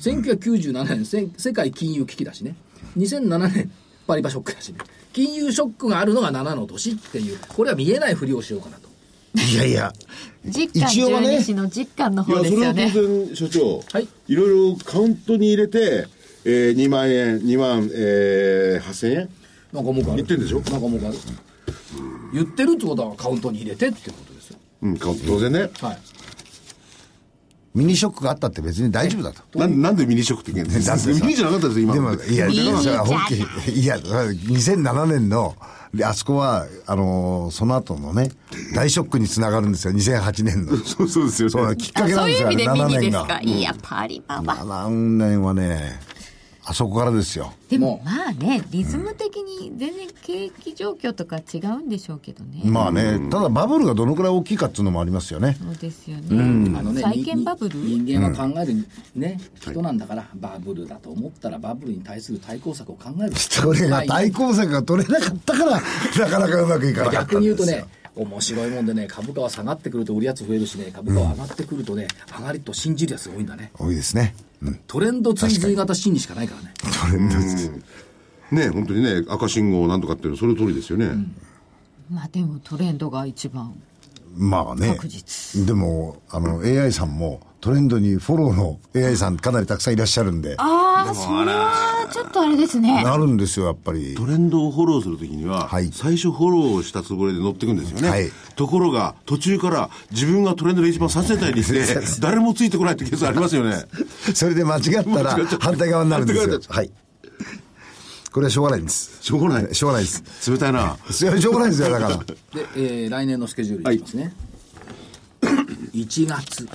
[SPEAKER 1] 1997年せん世界金融危機だしね2007年パリバショックだしね金融ショックがあるのが7の年っていうこれは見えないふりをしようかなと
[SPEAKER 3] らいやいや。
[SPEAKER 2] 実感
[SPEAKER 3] 一応はね
[SPEAKER 2] 12市の実感の
[SPEAKER 4] い
[SPEAKER 2] 方
[SPEAKER 4] や、
[SPEAKER 2] です
[SPEAKER 4] それ
[SPEAKER 2] よ
[SPEAKER 4] は
[SPEAKER 2] ね
[SPEAKER 4] 当然、所長。
[SPEAKER 1] はい。
[SPEAKER 4] いろいろカウントに入れて、えー、2万円、2万、えー、8000円
[SPEAKER 1] なんか文句ある
[SPEAKER 4] 言ってんでしょ
[SPEAKER 1] なんか文句ある言ってるってことはカウントに入れてってことですよ
[SPEAKER 4] うん、カウント当然ね。
[SPEAKER 1] はい
[SPEAKER 3] ミニショックがあったって別に大丈夫だと。
[SPEAKER 4] なんなんでミニショックって言うんです
[SPEAKER 3] だってさ
[SPEAKER 4] ミニじゃなかったですよ、今
[SPEAKER 3] で
[SPEAKER 4] の
[SPEAKER 3] も、いや、
[SPEAKER 2] いい
[SPEAKER 3] だからそれは
[SPEAKER 2] じゃん
[SPEAKER 3] 本気。いや、2007年の、であそこは、あのーその後のね、大ショックにつながるんですよ、2008年 の。
[SPEAKER 4] そうそうですよね。
[SPEAKER 3] そうだ、きっか
[SPEAKER 2] あ
[SPEAKER 3] けな
[SPEAKER 2] そ
[SPEAKER 3] ん
[SPEAKER 2] う
[SPEAKER 3] で
[SPEAKER 2] いう意
[SPEAKER 3] すよ、
[SPEAKER 2] 味でミニ
[SPEAKER 3] 7年
[SPEAKER 2] です
[SPEAKER 3] が
[SPEAKER 2] か。いやパリババ
[SPEAKER 3] 7年はね、あそこからですよ。
[SPEAKER 2] でもまあねリズム的に全然景気状況とか違うんでしょうけどね、
[SPEAKER 3] まあね、ただバブルがどのくらい大きいかっていうのもありますよね。
[SPEAKER 2] そうですよね、
[SPEAKER 1] あのね
[SPEAKER 2] 債券バブル
[SPEAKER 1] に人間は考えるね、人なんだからバブルだと思ったらバブルに対する対抗策を考える
[SPEAKER 3] それが対抗策が取れなかったから、なかなかうまくいかなかった
[SPEAKER 1] 逆
[SPEAKER 3] ん
[SPEAKER 1] に言
[SPEAKER 3] で
[SPEAKER 1] うと
[SPEAKER 3] す
[SPEAKER 1] ね
[SPEAKER 3] よ。、
[SPEAKER 1] 面白いもんでね、株価は下がってくると売りやつ増えるしね、株価は上がってくるとね、上がりと信じるやつが多いんだね。
[SPEAKER 3] 多いですね。うん。
[SPEAKER 1] トレンド追随型心理しかないからね。
[SPEAKER 3] トレンドです
[SPEAKER 4] ね、本当にね、赤信号なんとかっていうのはそれ通りですよね。
[SPEAKER 2] まあでもトレンドが一番
[SPEAKER 3] まあね
[SPEAKER 2] 確。実
[SPEAKER 3] でも、あの、AI さんも、トレンドにフォローの AI さんかなりたくさんいらっしゃるんで、
[SPEAKER 2] ああそれはちょっとあれですね
[SPEAKER 3] なるんですよ、やっぱり
[SPEAKER 4] ト。レンドをフォローするときには、
[SPEAKER 3] はい
[SPEAKER 4] 最初フォローしたつもりで乗っていくんですよね、
[SPEAKER 3] はい
[SPEAKER 4] ところが途中から自分がトレンドで一番最先 端にいて誰もついてこないってケースありますよね
[SPEAKER 3] それで間違ったら
[SPEAKER 4] 間違っちゃう
[SPEAKER 3] 反対側になるんです
[SPEAKER 4] 反対側に
[SPEAKER 3] よ
[SPEAKER 4] なっ。ちゃう
[SPEAKER 3] はい。これはしょうがないんです。
[SPEAKER 4] しょうがない
[SPEAKER 3] しょうがないです。
[SPEAKER 4] 冷たいな
[SPEAKER 3] それはしょうがないですよ、だから。
[SPEAKER 1] で、えー来年のスケジュールいきますね。1月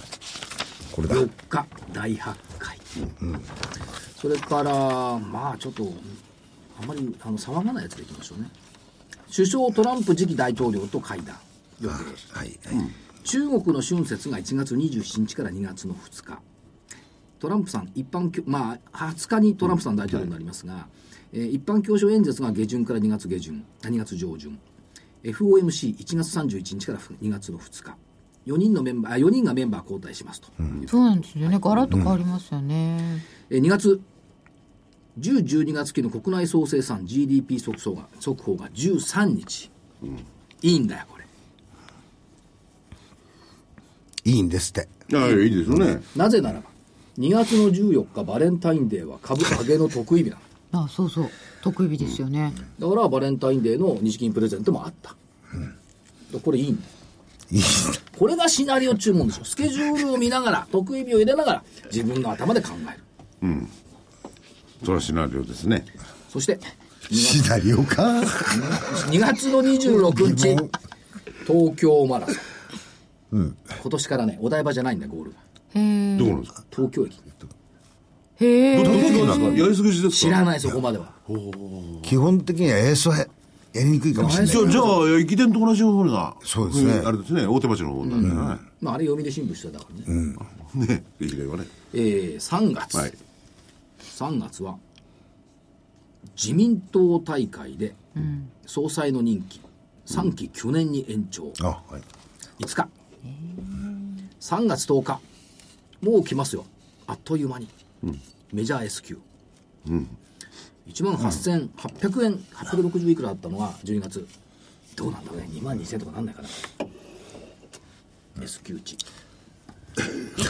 [SPEAKER 3] これだ。
[SPEAKER 1] 4日、第8回。それから、まあちょっと、あまりあの騒がないやつでいきましょうね。首相トランプ次期大統領と会談。予定
[SPEAKER 3] はい。
[SPEAKER 1] 中国の春節が1月27日から2月の2日トランプさん一般教まあ20日にトランプさん大統領になりますが、えー一般教書演説が下旬から2月下旬あ2月上旬 FOMC1 月31日から2月の2日4人のメンバーあ4人がメンバー交代しますと、
[SPEAKER 2] そうなんですよねガラッと変わりますよね、
[SPEAKER 1] えー2月10、12月期の国内総生産 GDP 速報が速報が13日、いいんだよこれ
[SPEAKER 3] いいんですって。
[SPEAKER 4] いやいやいいですよね、
[SPEAKER 1] なぜならば2月の14日バレンタインデーは株上げの得意日なの
[SPEAKER 2] ああそうそう得意日ですよね、
[SPEAKER 1] だからバレンタインデーの日銀プレゼントもあった、これいいんだ
[SPEAKER 3] いいん
[SPEAKER 1] これがシナリオ注文でしょスケジュールを見ながら得意日を入れながら自分の頭で考える
[SPEAKER 4] それはシナリオですね
[SPEAKER 1] そして
[SPEAKER 3] シナリオか。
[SPEAKER 1] 2月の26日、東京マラソン。今年からね、お台場じゃないんだ、ゴールが。
[SPEAKER 2] へえ
[SPEAKER 4] どこなんですか
[SPEAKER 1] 東京駅。
[SPEAKER 2] へえ
[SPEAKER 4] どこなんですかやりすぎですか
[SPEAKER 1] 知らない、そこまでは。
[SPEAKER 3] 基本的にはエースはやりにくいかもしれない
[SPEAKER 4] じ。ゃあ、じゃあ、駅伝と同じような。
[SPEAKER 3] そうですね
[SPEAKER 4] んあれですね、大手町の方なんでね。
[SPEAKER 1] まあ、あれ読売新聞してたからね。
[SPEAKER 4] ね、駅伝はね。
[SPEAKER 1] えー、3月、
[SPEAKER 4] はい。
[SPEAKER 1] 3月は、自民党大会で、総裁の任期、3期去年に延長。
[SPEAKER 3] あ、はい。
[SPEAKER 1] 5日3月10日もう来ますよあっという間に、メジャー S q 1万8800円860いくらあったのが12月どうなんだろうね2万2000とかなんないかな S q 値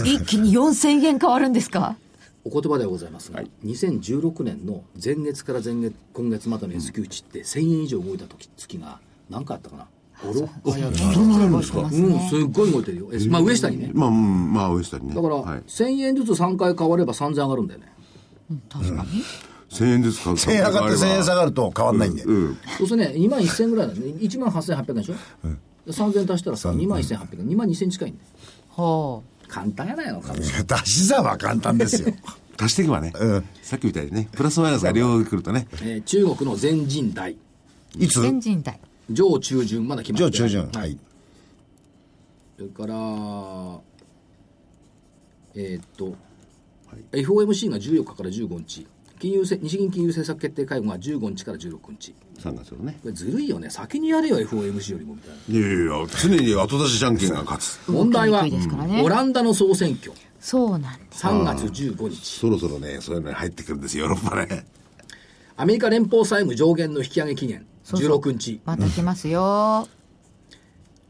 [SPEAKER 2] 一気に4000円変わるんですか
[SPEAKER 1] お言葉ではございますが、2016年の前月から前月今月までの S q 値って1000円以上動いた時月が何回あったかな56回あった
[SPEAKER 4] そんななるんですか
[SPEAKER 1] うんすっごい動いてるよ、S まあ上下にね
[SPEAKER 4] まあ、うんまあ、上下にね。
[SPEAKER 1] だから、
[SPEAKER 4] はい。
[SPEAKER 1] 1000円ずつ3回変われば3000上がるんだよね。
[SPEAKER 2] 確かに
[SPEAKER 4] 1000円ですか
[SPEAKER 3] 1000円上がって1000円下がると変わんないんで。
[SPEAKER 4] うん。
[SPEAKER 1] そうするとね、2万1000円ぐらいだね。1万8800円でしょ、?3000 足したらさ、2万1800円、2万2000近いんだよ。
[SPEAKER 2] は
[SPEAKER 1] 簡単やないの、株式。
[SPEAKER 3] 出し算は簡単ですよ。
[SPEAKER 4] 足していけばね
[SPEAKER 3] うん。
[SPEAKER 4] さっきみたいにね、プラスマイナスが両方来るとね。
[SPEAKER 1] えー中国の全人代、
[SPEAKER 3] い
[SPEAKER 2] あ
[SPEAKER 3] つ
[SPEAKER 2] 全人代
[SPEAKER 1] 上中旬、まだ決ま
[SPEAKER 3] じゃ
[SPEAKER 1] っ
[SPEAKER 3] あ
[SPEAKER 1] て
[SPEAKER 3] 中
[SPEAKER 1] ない
[SPEAKER 3] 旬。
[SPEAKER 1] は。
[SPEAKER 3] はいい。
[SPEAKER 1] それから、えーっと、FOMC が14日から15日。金融せ日銀金融政策決定会合が15日から16日。
[SPEAKER 4] 3月のね。
[SPEAKER 1] これずるいよね。先にやれよ、FOMC よりもみたいな。
[SPEAKER 4] いやいやいや、常に後出しじゃんけんが勝つ。
[SPEAKER 1] 問題は、
[SPEAKER 2] 動きにくいですからね
[SPEAKER 1] オランダの総選挙、
[SPEAKER 2] そうなんです
[SPEAKER 1] 3月15日。
[SPEAKER 4] そろそろね、そういうのに入ってくるんですよ、ヨーロッパね。
[SPEAKER 1] アメリカ連邦債務上限の引き上げ期限、
[SPEAKER 2] うそう
[SPEAKER 1] 16日。
[SPEAKER 2] また来ますよ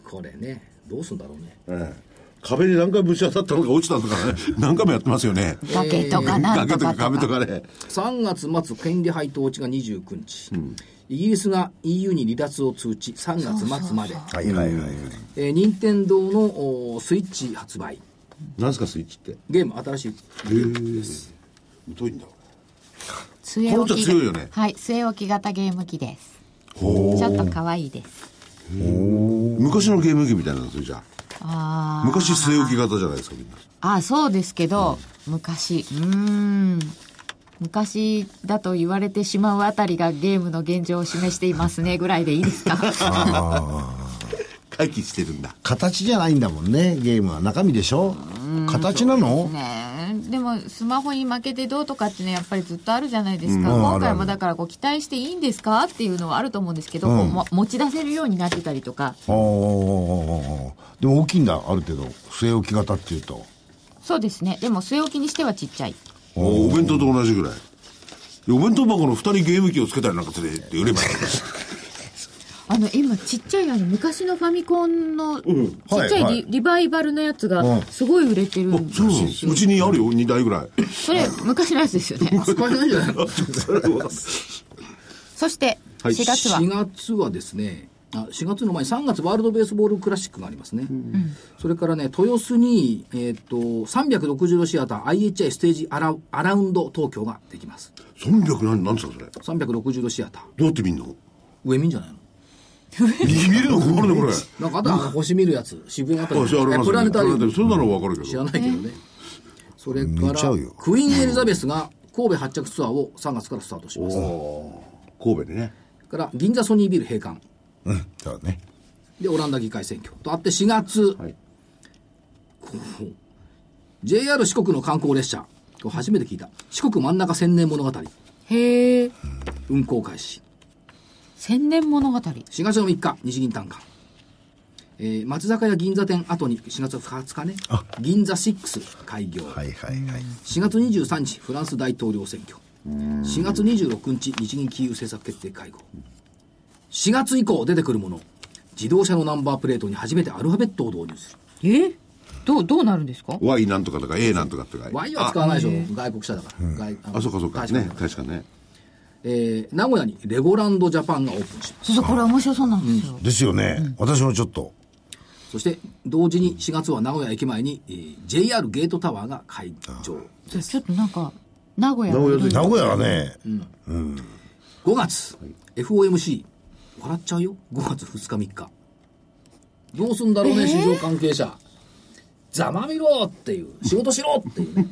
[SPEAKER 1] これね、どうすんだろうね。
[SPEAKER 4] ええ壁に何回ぶち当たったのか落ちたのか ね、何回もやってますよね。
[SPEAKER 2] 崖とかなん
[SPEAKER 4] 崖
[SPEAKER 2] と
[SPEAKER 4] と
[SPEAKER 2] か
[SPEAKER 4] か
[SPEAKER 2] と
[SPEAKER 4] 壁と
[SPEAKER 2] か
[SPEAKER 4] かね。
[SPEAKER 1] 3月末、権利配当落ちが29日。イギリスが EU に離脱を通知、3月末まで。
[SPEAKER 3] はいはいはい。
[SPEAKER 1] えー任天堂のおースイッチ発売。
[SPEAKER 4] 何すか、スイッチって。へ
[SPEAKER 1] ゲーム、新しい。
[SPEAKER 4] え。疎いんだ。
[SPEAKER 2] 末
[SPEAKER 4] この人
[SPEAKER 2] 置き
[SPEAKER 4] 強いよね
[SPEAKER 2] はい据え置き型ゲーム機ですちょっと可愛いです
[SPEAKER 4] 昔のゲーム機みたいなの、それじゃ
[SPEAKER 2] あ
[SPEAKER 4] あ。
[SPEAKER 2] ー
[SPEAKER 4] 昔、据え置き型じゃないですか、みんな。
[SPEAKER 2] あそうですけど、昔うーん昔だと言われてしまうあたりがゲームの現状を示していますねぐらいでいいですか
[SPEAKER 4] 回帰してるんだ。
[SPEAKER 3] 形じゃないんだもんね、ゲームは。中身でしょ形なの
[SPEAKER 2] ねえでもスマホに負けてどうとかってねやっぱりずっとあるじゃないですか、
[SPEAKER 3] うん
[SPEAKER 2] 今
[SPEAKER 3] あるあ
[SPEAKER 2] 回
[SPEAKER 3] る
[SPEAKER 2] もだからこう期待していいんですかっていうのはあると思うんですけど、こうも持ち出せるようになってたりとか
[SPEAKER 3] おーおーおーおーでも大きいんだ、ある程度。据え置き型っていうと。
[SPEAKER 2] そうですねでも据え置きにしてはちっちゃい
[SPEAKER 4] おお弁当と同じぐらい。お弁当箱の蓋にゲーム機をつけたりなんかするって売ればい い。
[SPEAKER 2] あの今ちっちゃいあの昔のファミコンのちっちゃいリ,、
[SPEAKER 3] はい
[SPEAKER 2] バイバルのやつ
[SPEAKER 3] う
[SPEAKER 2] が
[SPEAKER 3] ん
[SPEAKER 2] すごい売れてるんです
[SPEAKER 4] そ
[SPEAKER 2] よ、
[SPEAKER 4] うそううちにあるよ、2台ぐらい。
[SPEAKER 2] それ昔のやつですよね
[SPEAKER 1] 使えないんじゃないの
[SPEAKER 2] そして
[SPEAKER 4] はい
[SPEAKER 2] 4月は、
[SPEAKER 1] 4月はですね、あ4月の前に3月ワールドベースボールクラシックがありますね、それからね豊洲に、えー、と360度シアター IHI ステージアラウアラウンド東京ができます
[SPEAKER 4] 300何、なんですか、それ。ど
[SPEAKER 1] 360度シアター
[SPEAKER 4] うやって見んの
[SPEAKER 1] 上見んじゃないの
[SPEAKER 4] 見るの困るね、これ。
[SPEAKER 1] なんかあとは星見るやつ渋谷のあたり
[SPEAKER 4] あ、そうあります
[SPEAKER 1] プラネタリウム
[SPEAKER 4] それならわかるけど。
[SPEAKER 1] 知らないけどねそれか
[SPEAKER 3] 寝ちゃ
[SPEAKER 1] ら
[SPEAKER 3] うよ
[SPEAKER 1] クイーン・エリザベスが神戸発着ツアーを3月からスタートしますそれ
[SPEAKER 4] 神戸でね。
[SPEAKER 1] から銀座ソニービル閉館
[SPEAKER 3] うん、そうだね。
[SPEAKER 1] でオランダ議会選挙とあって4月、
[SPEAKER 4] い
[SPEAKER 1] こう JR 四国の観光列車これ初めて聞いた四国真ん中千年物語
[SPEAKER 2] へえ
[SPEAKER 1] 運行開始
[SPEAKER 2] 千年物語
[SPEAKER 1] 4月の3日日銀短観、えー松坂屋銀座店後に4月20日ね銀座6開業、
[SPEAKER 3] はいはいはい。
[SPEAKER 1] 4月23日フランス大統領選挙4月26日日銀金融政策決定会合4月以降出てくるもの自動車のナンバープレートに初めてアルファベットを導入する
[SPEAKER 2] えどうどうなるんですか
[SPEAKER 4] Y なんとかとか A なんとかとか。
[SPEAKER 1] Y は使わないでしょ外国車だから、外あ
[SPEAKER 4] あ、そうかそうか。
[SPEAKER 1] 外車だ
[SPEAKER 4] ね、確かね。
[SPEAKER 1] えー名古屋にレゴランドジャパンがオープンします
[SPEAKER 2] そうそうこれ面白そうなんですよ、
[SPEAKER 3] ですよね。私もちょっと。
[SPEAKER 1] そして同時に4月は名古屋駅前に、えー JR ゲートタワーが開場
[SPEAKER 2] じゃあちょっとなんか名古屋
[SPEAKER 4] 名古屋で
[SPEAKER 3] 名古屋はね、
[SPEAKER 1] 5月、FOMC 笑っちゃうよ5月2日3日どうすんだろうね、市場関係者ざまみろっていう仕事しろっていうね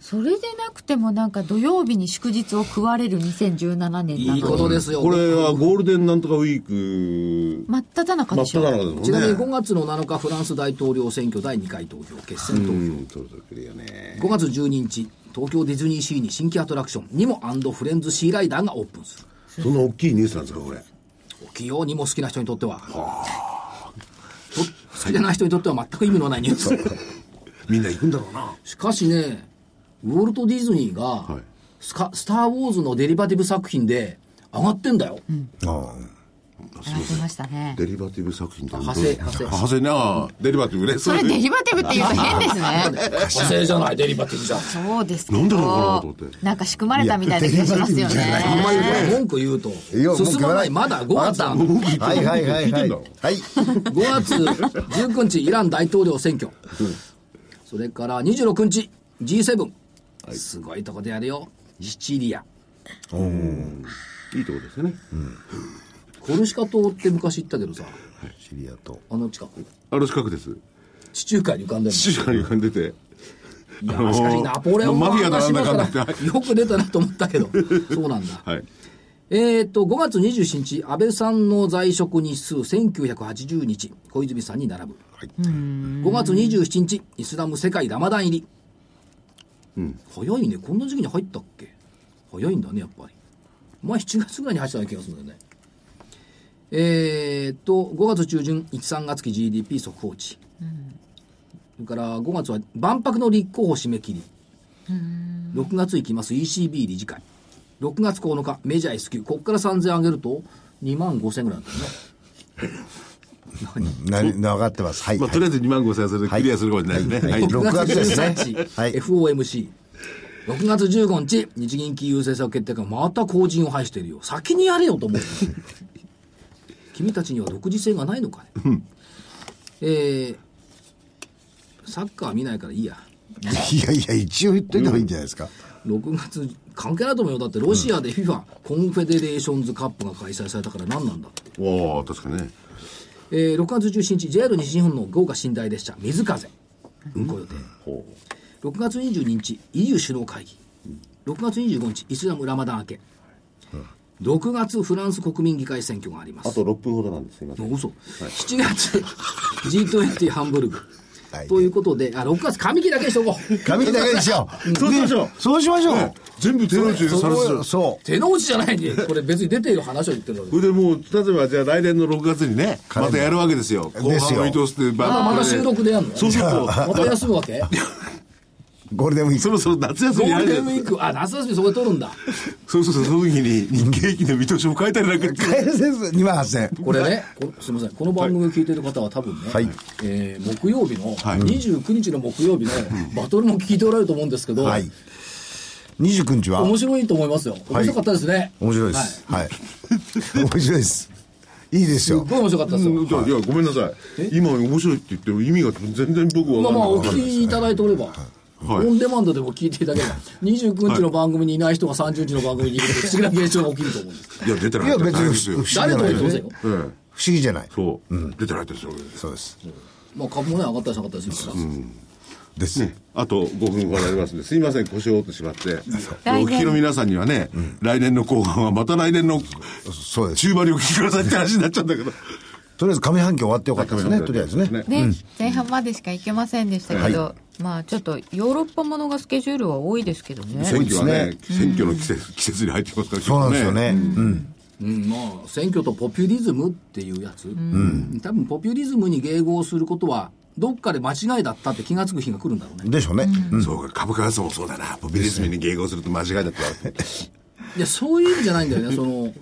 [SPEAKER 2] それでなくてもなんか土曜日に祝日を食われる2017年ない
[SPEAKER 1] いこ
[SPEAKER 2] の
[SPEAKER 1] とですよ
[SPEAKER 4] これはゴールデンなんとかウィーク
[SPEAKER 2] 真っ只中
[SPEAKER 4] 真
[SPEAKER 2] で
[SPEAKER 4] っ
[SPEAKER 2] し
[SPEAKER 4] 只
[SPEAKER 2] ょ、
[SPEAKER 4] 中ですもんね
[SPEAKER 1] ちなみに5月の7日フランス大統領選挙第2回投票決選投票
[SPEAKER 4] うんそろそろ来るよね
[SPEAKER 1] 5月12日東京ディズニーシーに新規アトラクションニモフレンズシーライダーがオープンする
[SPEAKER 4] そんな大きいニュースなんですかこれ
[SPEAKER 1] 大きいよニモ好きな人にとってはと好きじゃない人にとっては全く意味のないニュース
[SPEAKER 4] みんな行くんだろうな
[SPEAKER 1] しかしねウォルト・ディズニーが
[SPEAKER 4] い
[SPEAKER 1] スカ「スター・ウォーズ」のデリバティブ作品で上がってんだよ、
[SPEAKER 3] あ
[SPEAKER 2] やってましたね
[SPEAKER 4] デリバティブ作品って
[SPEAKER 1] 派生派生
[SPEAKER 4] 派生ねああデリバティブね
[SPEAKER 2] それデリバティブって言うと変ですね
[SPEAKER 1] 派生じゃないデリバティブじゃん
[SPEAKER 2] そうですけど
[SPEAKER 4] なんでなのかなと思って
[SPEAKER 2] なんか仕組まれたみたいな気がしますよ
[SPEAKER 3] いやデリバティブじゃない
[SPEAKER 1] あんまり
[SPEAKER 2] ね
[SPEAKER 1] ね文句言うと
[SPEAKER 3] いや文句
[SPEAKER 1] 進まない
[SPEAKER 3] 言わな
[SPEAKER 1] まだ
[SPEAKER 3] い
[SPEAKER 1] 5月だ
[SPEAKER 3] あはいはいはいはい。はい。
[SPEAKER 1] 5月19日、イラン大統領選挙、それから26日、G7、すごいとこでやるよ、シチリア、
[SPEAKER 4] いいとこですよね
[SPEAKER 1] コルシカ島って昔行ったけどさ、
[SPEAKER 3] シリアと。
[SPEAKER 1] あの近く、
[SPEAKER 4] あの近くです
[SPEAKER 1] 地中海に浮かんでる
[SPEAKER 4] 地中海に浮かんでて
[SPEAKER 1] いや
[SPEAKER 4] あのー
[SPEAKER 1] しかしナポレオンの
[SPEAKER 4] マフィアだなんだかんだ
[SPEAKER 1] 話だからよく出たなと思ったけど、そうなんだ。
[SPEAKER 4] はい
[SPEAKER 1] えー、と5月27日、安倍さんの在職日数1980日、小泉さんに並ぶ、5月27日、イスラム世界ラマダン入り、早いね、こんな時期に入ったっけ、早いんだね、やっぱり、前7月ぐらいに入ってたような気がするんだよね。えー、と5月中旬、1、3月期 GDP 速報値、それから5月は万博の立候補締め切り、6月行きます ECB 理事会6月9日メジャー S q ここから3000上げると2万5000ぐらいなんだよね
[SPEAKER 3] な、な分かってます。はい。
[SPEAKER 4] まあとりあえず2万5000円それでクリアするかもしれないですね
[SPEAKER 3] はい
[SPEAKER 4] はい
[SPEAKER 3] 6月ですね
[SPEAKER 1] 13日、
[SPEAKER 3] はい
[SPEAKER 1] FOMC6 月15日日銀金融政策決定会また後陣を排しているよ先にやれよと思う 君たちには独自性がないのかねえー、サッカー見ないからいいや
[SPEAKER 3] いやいや、一応言っといた方がいいんじゃないですか。
[SPEAKER 1] 6月関係ないと思うよだってロシアで FIFA、コンフェデレーションズカップが開催されたから何なんだって
[SPEAKER 4] おお確かにね
[SPEAKER 1] えー6月17日 JR 西日本の豪華寝台列車水風運行予定6月22日 EU 首脳会議6月25日イスラムラマダン明け6月フランス国民議会選挙があります
[SPEAKER 4] あと6分ほどなんですすいません
[SPEAKER 1] もう嘘、7月 G20 ハンブルグ、
[SPEAKER 3] はい
[SPEAKER 1] ということであ6月上期だけにしとこう
[SPEAKER 3] 紙だけにしよう。
[SPEAKER 4] そうしましょう
[SPEAKER 3] でそうしましょう。
[SPEAKER 4] 全部手の内でさらす
[SPEAKER 3] そうそう。
[SPEAKER 1] 手の内じゃないねこれ別に出ている話を言ってるわけ
[SPEAKER 4] それでもう例えばじゃあ来年の6月にね
[SPEAKER 3] 彼
[SPEAKER 4] ま
[SPEAKER 3] も
[SPEAKER 4] たやるわけですよ後
[SPEAKER 3] です
[SPEAKER 4] 半
[SPEAKER 3] よ
[SPEAKER 4] を移動してま
[SPEAKER 1] まあまた収録でやるの
[SPEAKER 4] そうすると
[SPEAKER 1] また休むわけ
[SPEAKER 3] ゴールデンウィー
[SPEAKER 4] そ
[SPEAKER 3] ク。
[SPEAKER 4] ろそろ夏休
[SPEAKER 1] ゴ
[SPEAKER 4] みや
[SPEAKER 1] ー
[SPEAKER 4] る
[SPEAKER 1] ル
[SPEAKER 4] じ
[SPEAKER 1] デ
[SPEAKER 4] ゃ
[SPEAKER 1] ンウ
[SPEAKER 4] ない
[SPEAKER 1] ィー
[SPEAKER 4] ですか
[SPEAKER 1] クあ夏休みそこで取るんだ
[SPEAKER 4] そうそうそうその時に日経平均の見通しを変えたりなんか
[SPEAKER 3] 帰る先生、2万8000
[SPEAKER 1] これね、こすみません、この番組を聞いてる方は多分ね、
[SPEAKER 3] はい
[SPEAKER 1] えー木曜日の、
[SPEAKER 4] はい
[SPEAKER 1] 29日の木曜日のバトルも聞いておられると思うんですけど、
[SPEAKER 3] はい。29日は
[SPEAKER 1] 面白いと思いますよ。面
[SPEAKER 3] い
[SPEAKER 1] 白かったですね。
[SPEAKER 3] 面白いです。はい。 面白いです。いいです
[SPEAKER 1] すっ
[SPEAKER 3] よ。
[SPEAKER 1] ごい面白かったですよ。
[SPEAKER 4] うんいやいやごめんなさい今面白いって言っても意味が全然僕は
[SPEAKER 1] まあまあ、お
[SPEAKER 4] 分かんない
[SPEAKER 1] 聞きいただいておれば、
[SPEAKER 4] い
[SPEAKER 1] オンデマンドでも聞いていただければ、29日の番組にいない人が30日の番組にいると不思議な現象が起きると思うんです。
[SPEAKER 4] いや出てない
[SPEAKER 3] や、
[SPEAKER 4] い
[SPEAKER 3] 別に
[SPEAKER 4] です
[SPEAKER 3] 不
[SPEAKER 4] よ
[SPEAKER 3] 思議じ
[SPEAKER 1] 誰とも言っ
[SPEAKER 3] ゃない
[SPEAKER 1] てません
[SPEAKER 3] ね。
[SPEAKER 1] よ。
[SPEAKER 4] ええ
[SPEAKER 3] 不思議じゃない。
[SPEAKER 4] そう出てないですよ
[SPEAKER 3] そうです。
[SPEAKER 1] まあ、株もね、上がったり下がったりするから。
[SPEAKER 3] です。
[SPEAKER 4] ねあと5分ほどありますんですいません腰を折ってしまってお
[SPEAKER 2] 来年
[SPEAKER 4] 聞きの皆さんにはね来年の後半はまた来年の
[SPEAKER 3] そうです。
[SPEAKER 4] 中盤にお聞きくださいって話になっちゃうんだけど
[SPEAKER 3] とりあえず上半期終わってよかったですね。とりあえずね。
[SPEAKER 2] ね、前半までしか行けませんでしたけど、まあちょっとヨーロッパものがスケジュールは多いですけどね
[SPEAKER 4] 選挙はね、選挙の季節季節に入ってますから、
[SPEAKER 3] そうなんですよね。うん。
[SPEAKER 1] うん、まあ選挙とポピュリズムっていうやつ、多分ポピュリズムに迎合することはどっかで間違いだったって気が付く日が来るんだろうね
[SPEAKER 3] でしょうね。
[SPEAKER 4] うん。そうか、株価安もそうだな。ポピュリズムに迎合すると間違いだった。
[SPEAKER 1] いやそういう意味じゃないんだ よねその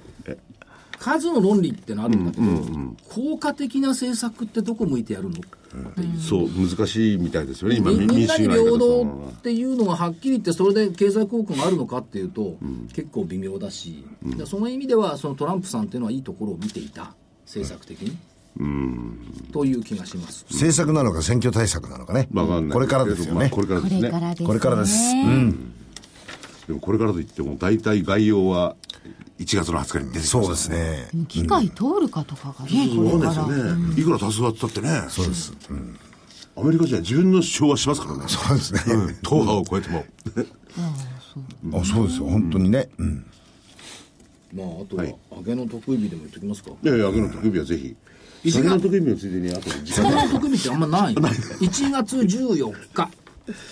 [SPEAKER 1] 数の論理ってのあるんだけど、効果的な政策ってどこ向いてやるの、
[SPEAKER 4] そう、難しいみたいですよね、今、
[SPEAKER 1] みみん
[SPEAKER 4] 民
[SPEAKER 1] な
[SPEAKER 4] 主
[SPEAKER 1] に
[SPEAKER 4] のやり
[SPEAKER 1] 平
[SPEAKER 4] 方
[SPEAKER 1] 等
[SPEAKER 4] そのまま
[SPEAKER 1] っていうのがはっきり言ってそれで経済効果があるのかっていうと、結構微妙だし、だからその意味ではそのトランプさんっていうのはいいところを見ていた政策的に、という気がします
[SPEAKER 3] 政策なのか選挙対策なのかね。
[SPEAKER 4] わかんない。
[SPEAKER 3] これからですよ
[SPEAKER 4] まあ
[SPEAKER 3] ね。
[SPEAKER 4] これから
[SPEAKER 2] こ
[SPEAKER 4] です
[SPEAKER 2] れか
[SPEAKER 4] ね。
[SPEAKER 2] らですね
[SPEAKER 3] これからです。うん。
[SPEAKER 4] でもこれからといっても、大体概要は1月の20日に出てきます、
[SPEAKER 3] そうです。ね。
[SPEAKER 2] 機械通るかとかがね、
[SPEAKER 4] わか
[SPEAKER 2] こ
[SPEAKER 4] ん
[SPEAKER 2] れ
[SPEAKER 4] ない
[SPEAKER 2] か
[SPEAKER 4] ですよ
[SPEAKER 2] ら。
[SPEAKER 4] ね。いくら多数派って言ったってね。そうです。アメリカ人は自分の主張はしますからね。
[SPEAKER 3] そうですね。
[SPEAKER 4] うん党派を超えても。
[SPEAKER 3] あ、そうですよ。本当にね。うん。
[SPEAKER 1] まあ、あとは、揚げの得意日でも言っときますか。
[SPEAKER 4] いやいや、揚げの特備はぜひ。揚げの特備のついでに、あとで時間
[SPEAKER 1] 揚げの得意日ってあんまない。1月14日、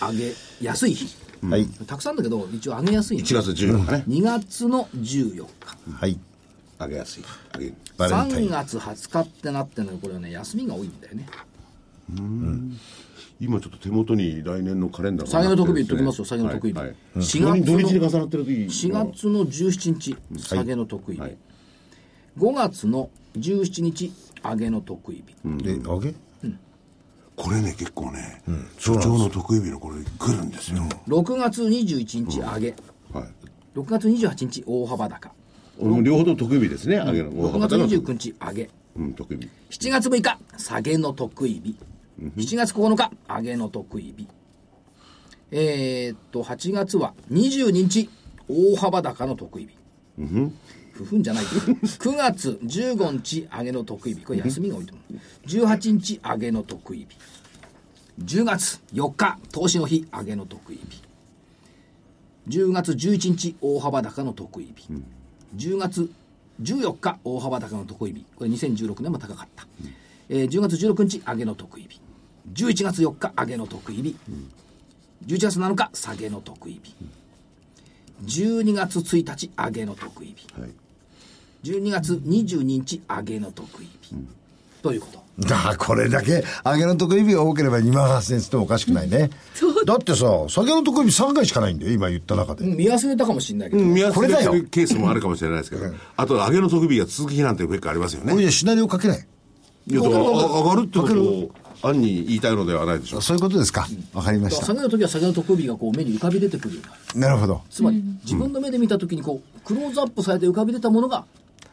[SPEAKER 1] 揚げやすい日。
[SPEAKER 3] はい。
[SPEAKER 1] たくさんだけど、一応揚げやすい
[SPEAKER 4] 1
[SPEAKER 1] 日。
[SPEAKER 4] 月14日ね。
[SPEAKER 1] 2月の14日。
[SPEAKER 3] はい。
[SPEAKER 4] 揚げやすい。揚げ。
[SPEAKER 3] バレンタイ
[SPEAKER 1] 3
[SPEAKER 3] ン。
[SPEAKER 1] 月20日ってなってるのがこれはね、休みが多いんだよね。
[SPEAKER 4] 今ちょっと手元に来年のカレンダーが
[SPEAKER 1] 揚げの特備言っときますよ、
[SPEAKER 4] は
[SPEAKER 1] 揚
[SPEAKER 4] い
[SPEAKER 1] げの特
[SPEAKER 4] はい
[SPEAKER 1] 備
[SPEAKER 4] うん
[SPEAKER 1] 日。4
[SPEAKER 4] 土日
[SPEAKER 1] 月
[SPEAKER 4] に
[SPEAKER 1] の
[SPEAKER 4] 重なってる時
[SPEAKER 1] 4月の17日、下げの得意日、
[SPEAKER 4] はい
[SPEAKER 1] 5月の17日、上げの得意日、
[SPEAKER 3] で、揚げ
[SPEAKER 4] これね、結構ね、所長の特備のこれ来るんですよ。
[SPEAKER 1] 6月21日、上げ、
[SPEAKER 4] はい。
[SPEAKER 1] 6月28日、大幅高、
[SPEAKER 4] 俺も両方とも特備ですね、揚げの。
[SPEAKER 1] 6月29日、上げ、
[SPEAKER 4] うん、特備。
[SPEAKER 1] 7月6日、下げの得意日、7月9日、上げの得意日、えー、っと、8月は22日、大幅高の得意日。ふふんじゃないけど9月15日上げの得意日これ休みが多いと思う18日上げの得意日10月4日投資の日上げの得意日10月11日大幅高の得意日10月14日大幅高の得意日これ2016年も高かった、えー10月16日上げの得意日11月4日上げの得意日11月7日下げの得意日12月1日上げの得意日
[SPEAKER 4] はい。
[SPEAKER 1] 12月22日上げの得意日、ということ
[SPEAKER 3] だこれだけ揚げの得意日が多ければ2万8000円つってもおかしくないね。だってさ、酒の得意日3回しかないんだよ、今言った中で。
[SPEAKER 1] 見忘れたかもしれないけど、
[SPEAKER 4] 見忘
[SPEAKER 3] これだよ
[SPEAKER 4] れるケースもあるかもしれないですけど、あと揚げの特備が続きなんていう結果ありますよ
[SPEAKER 3] これ
[SPEAKER 4] ね。
[SPEAKER 3] じゃシナリオかけない。
[SPEAKER 4] いや、だからあ上がるってことを、案に言いたいのではないでしょうか。
[SPEAKER 3] そういうことですか。わかりました
[SPEAKER 1] 下。げの時は下げの得意日がこう目に浮かび出てくるようになる
[SPEAKER 3] なるほど。
[SPEAKER 1] つまり、自分の目で見た時にこうクローズアップされて浮かび出たものが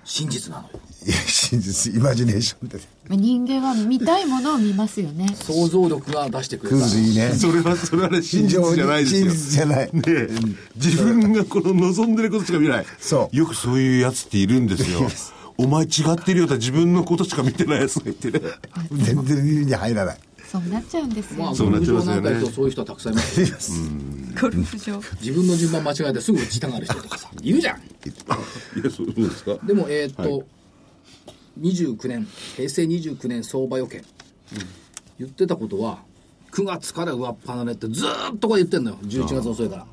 [SPEAKER 1] 真実なのよ
[SPEAKER 3] いや、真実、イマジネーションで。
[SPEAKER 2] まあ人間は見たいものを見ますよね。
[SPEAKER 1] 想像力が出してくれ
[SPEAKER 3] ク
[SPEAKER 1] た
[SPEAKER 3] ズいいね。
[SPEAKER 4] それは、それはね、真実じゃないですよ。
[SPEAKER 3] 真実じゃない
[SPEAKER 4] ねえ自分がこの望んでることしか見ない。
[SPEAKER 3] そう
[SPEAKER 4] よくそういうやつっているんですよ。お前違ってるようだ自分のことしか見てないやつがいてね。
[SPEAKER 3] 全然耳に入らない。
[SPEAKER 2] そうなっちゃうんです
[SPEAKER 1] ま
[SPEAKER 2] よ
[SPEAKER 1] あ、。
[SPEAKER 4] そうなっちゃいますよね
[SPEAKER 1] ゴルフ場なんか行くとそういう人はたくさんい ますよ
[SPEAKER 2] ゴルフ場。
[SPEAKER 1] 自分の順番間違えてすぐ時短がある人とかさいるじゃん
[SPEAKER 4] いや、そうですか。
[SPEAKER 1] でも、えーっと、
[SPEAKER 4] はい
[SPEAKER 1] 29年、平成29年相場予見、言ってたことは、9月から上っ離れってずーっとこれ言ってんのよ、11月のそれから。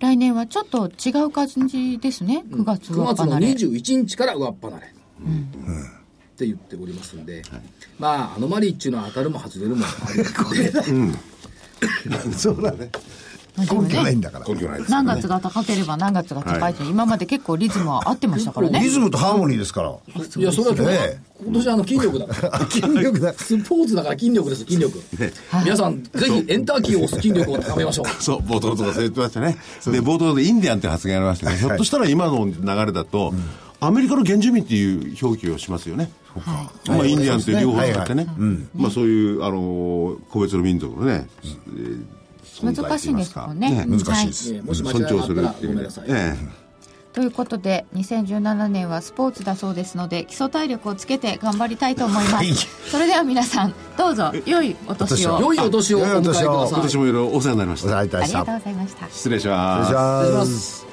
[SPEAKER 2] 来年はちょっと違う感じですね。9月
[SPEAKER 1] 9
[SPEAKER 2] は
[SPEAKER 1] 月の
[SPEAKER 2] 離れ。
[SPEAKER 1] 21日から上っ離れ。って言っておりますんで、まあ、アノマリーっていうのは当たるも外れるもあるので、
[SPEAKER 3] そうだね。
[SPEAKER 2] まあでも
[SPEAKER 3] 根拠ない
[SPEAKER 2] ね
[SPEAKER 3] んだから。
[SPEAKER 4] 根拠ないです。
[SPEAKER 2] 何月が高ければ何月が高いという、今まで結構リズムは合ってましたからね
[SPEAKER 3] リ。ズムとハーモニーですから。
[SPEAKER 1] いや、それは今日
[SPEAKER 3] ね
[SPEAKER 1] 今年はあの筋力だから。
[SPEAKER 3] 筋力だ。
[SPEAKER 1] スポーツだから筋力です、筋力。皆さん、ぜひエンターキーを押す筋力を高めましょう。
[SPEAKER 4] そう、冒頭とかそう言ってましたね。で、冒頭でインディアンって発言ありましたけど、ひょっとしたら今の流れだと、アメリカの原住民っていう表記をしますよね。まあ、インディアンって両方使ってね。まあ、そういう、あのー、個別の民族のね、えー存在
[SPEAKER 2] 難
[SPEAKER 4] と
[SPEAKER 2] しい
[SPEAKER 4] い
[SPEAKER 2] ん
[SPEAKER 4] ま
[SPEAKER 2] ですもんね。
[SPEAKER 4] ね
[SPEAKER 2] うん
[SPEAKER 3] 難しいです
[SPEAKER 2] は
[SPEAKER 1] ええもし間違い
[SPEAKER 4] 尊重
[SPEAKER 1] があっ
[SPEAKER 4] す
[SPEAKER 1] た
[SPEAKER 4] る
[SPEAKER 1] ら
[SPEAKER 4] ってい
[SPEAKER 1] ごめ
[SPEAKER 4] う
[SPEAKER 1] ん
[SPEAKER 4] ね
[SPEAKER 1] なさい。
[SPEAKER 4] ええ
[SPEAKER 2] ということで、2017年はスポーツだそうですので、基礎体力をつけて頑張りたいと思います。
[SPEAKER 3] はい
[SPEAKER 2] それでは皆さん、どうぞ良いお年を。
[SPEAKER 1] 良いお年をお迎えくだ
[SPEAKER 3] 良いお年
[SPEAKER 1] さ
[SPEAKER 3] を
[SPEAKER 1] い。
[SPEAKER 4] 今年もいろいろお世話になりまし
[SPEAKER 3] お世
[SPEAKER 4] た。
[SPEAKER 3] 話いた
[SPEAKER 2] あ
[SPEAKER 3] し
[SPEAKER 2] りが
[SPEAKER 3] た。お
[SPEAKER 2] とう
[SPEAKER 3] 願
[SPEAKER 2] ございました。
[SPEAKER 4] 失礼しま
[SPEAKER 3] い
[SPEAKER 4] す
[SPEAKER 3] し。
[SPEAKER 1] 失礼し
[SPEAKER 3] ま。
[SPEAKER 1] ますす。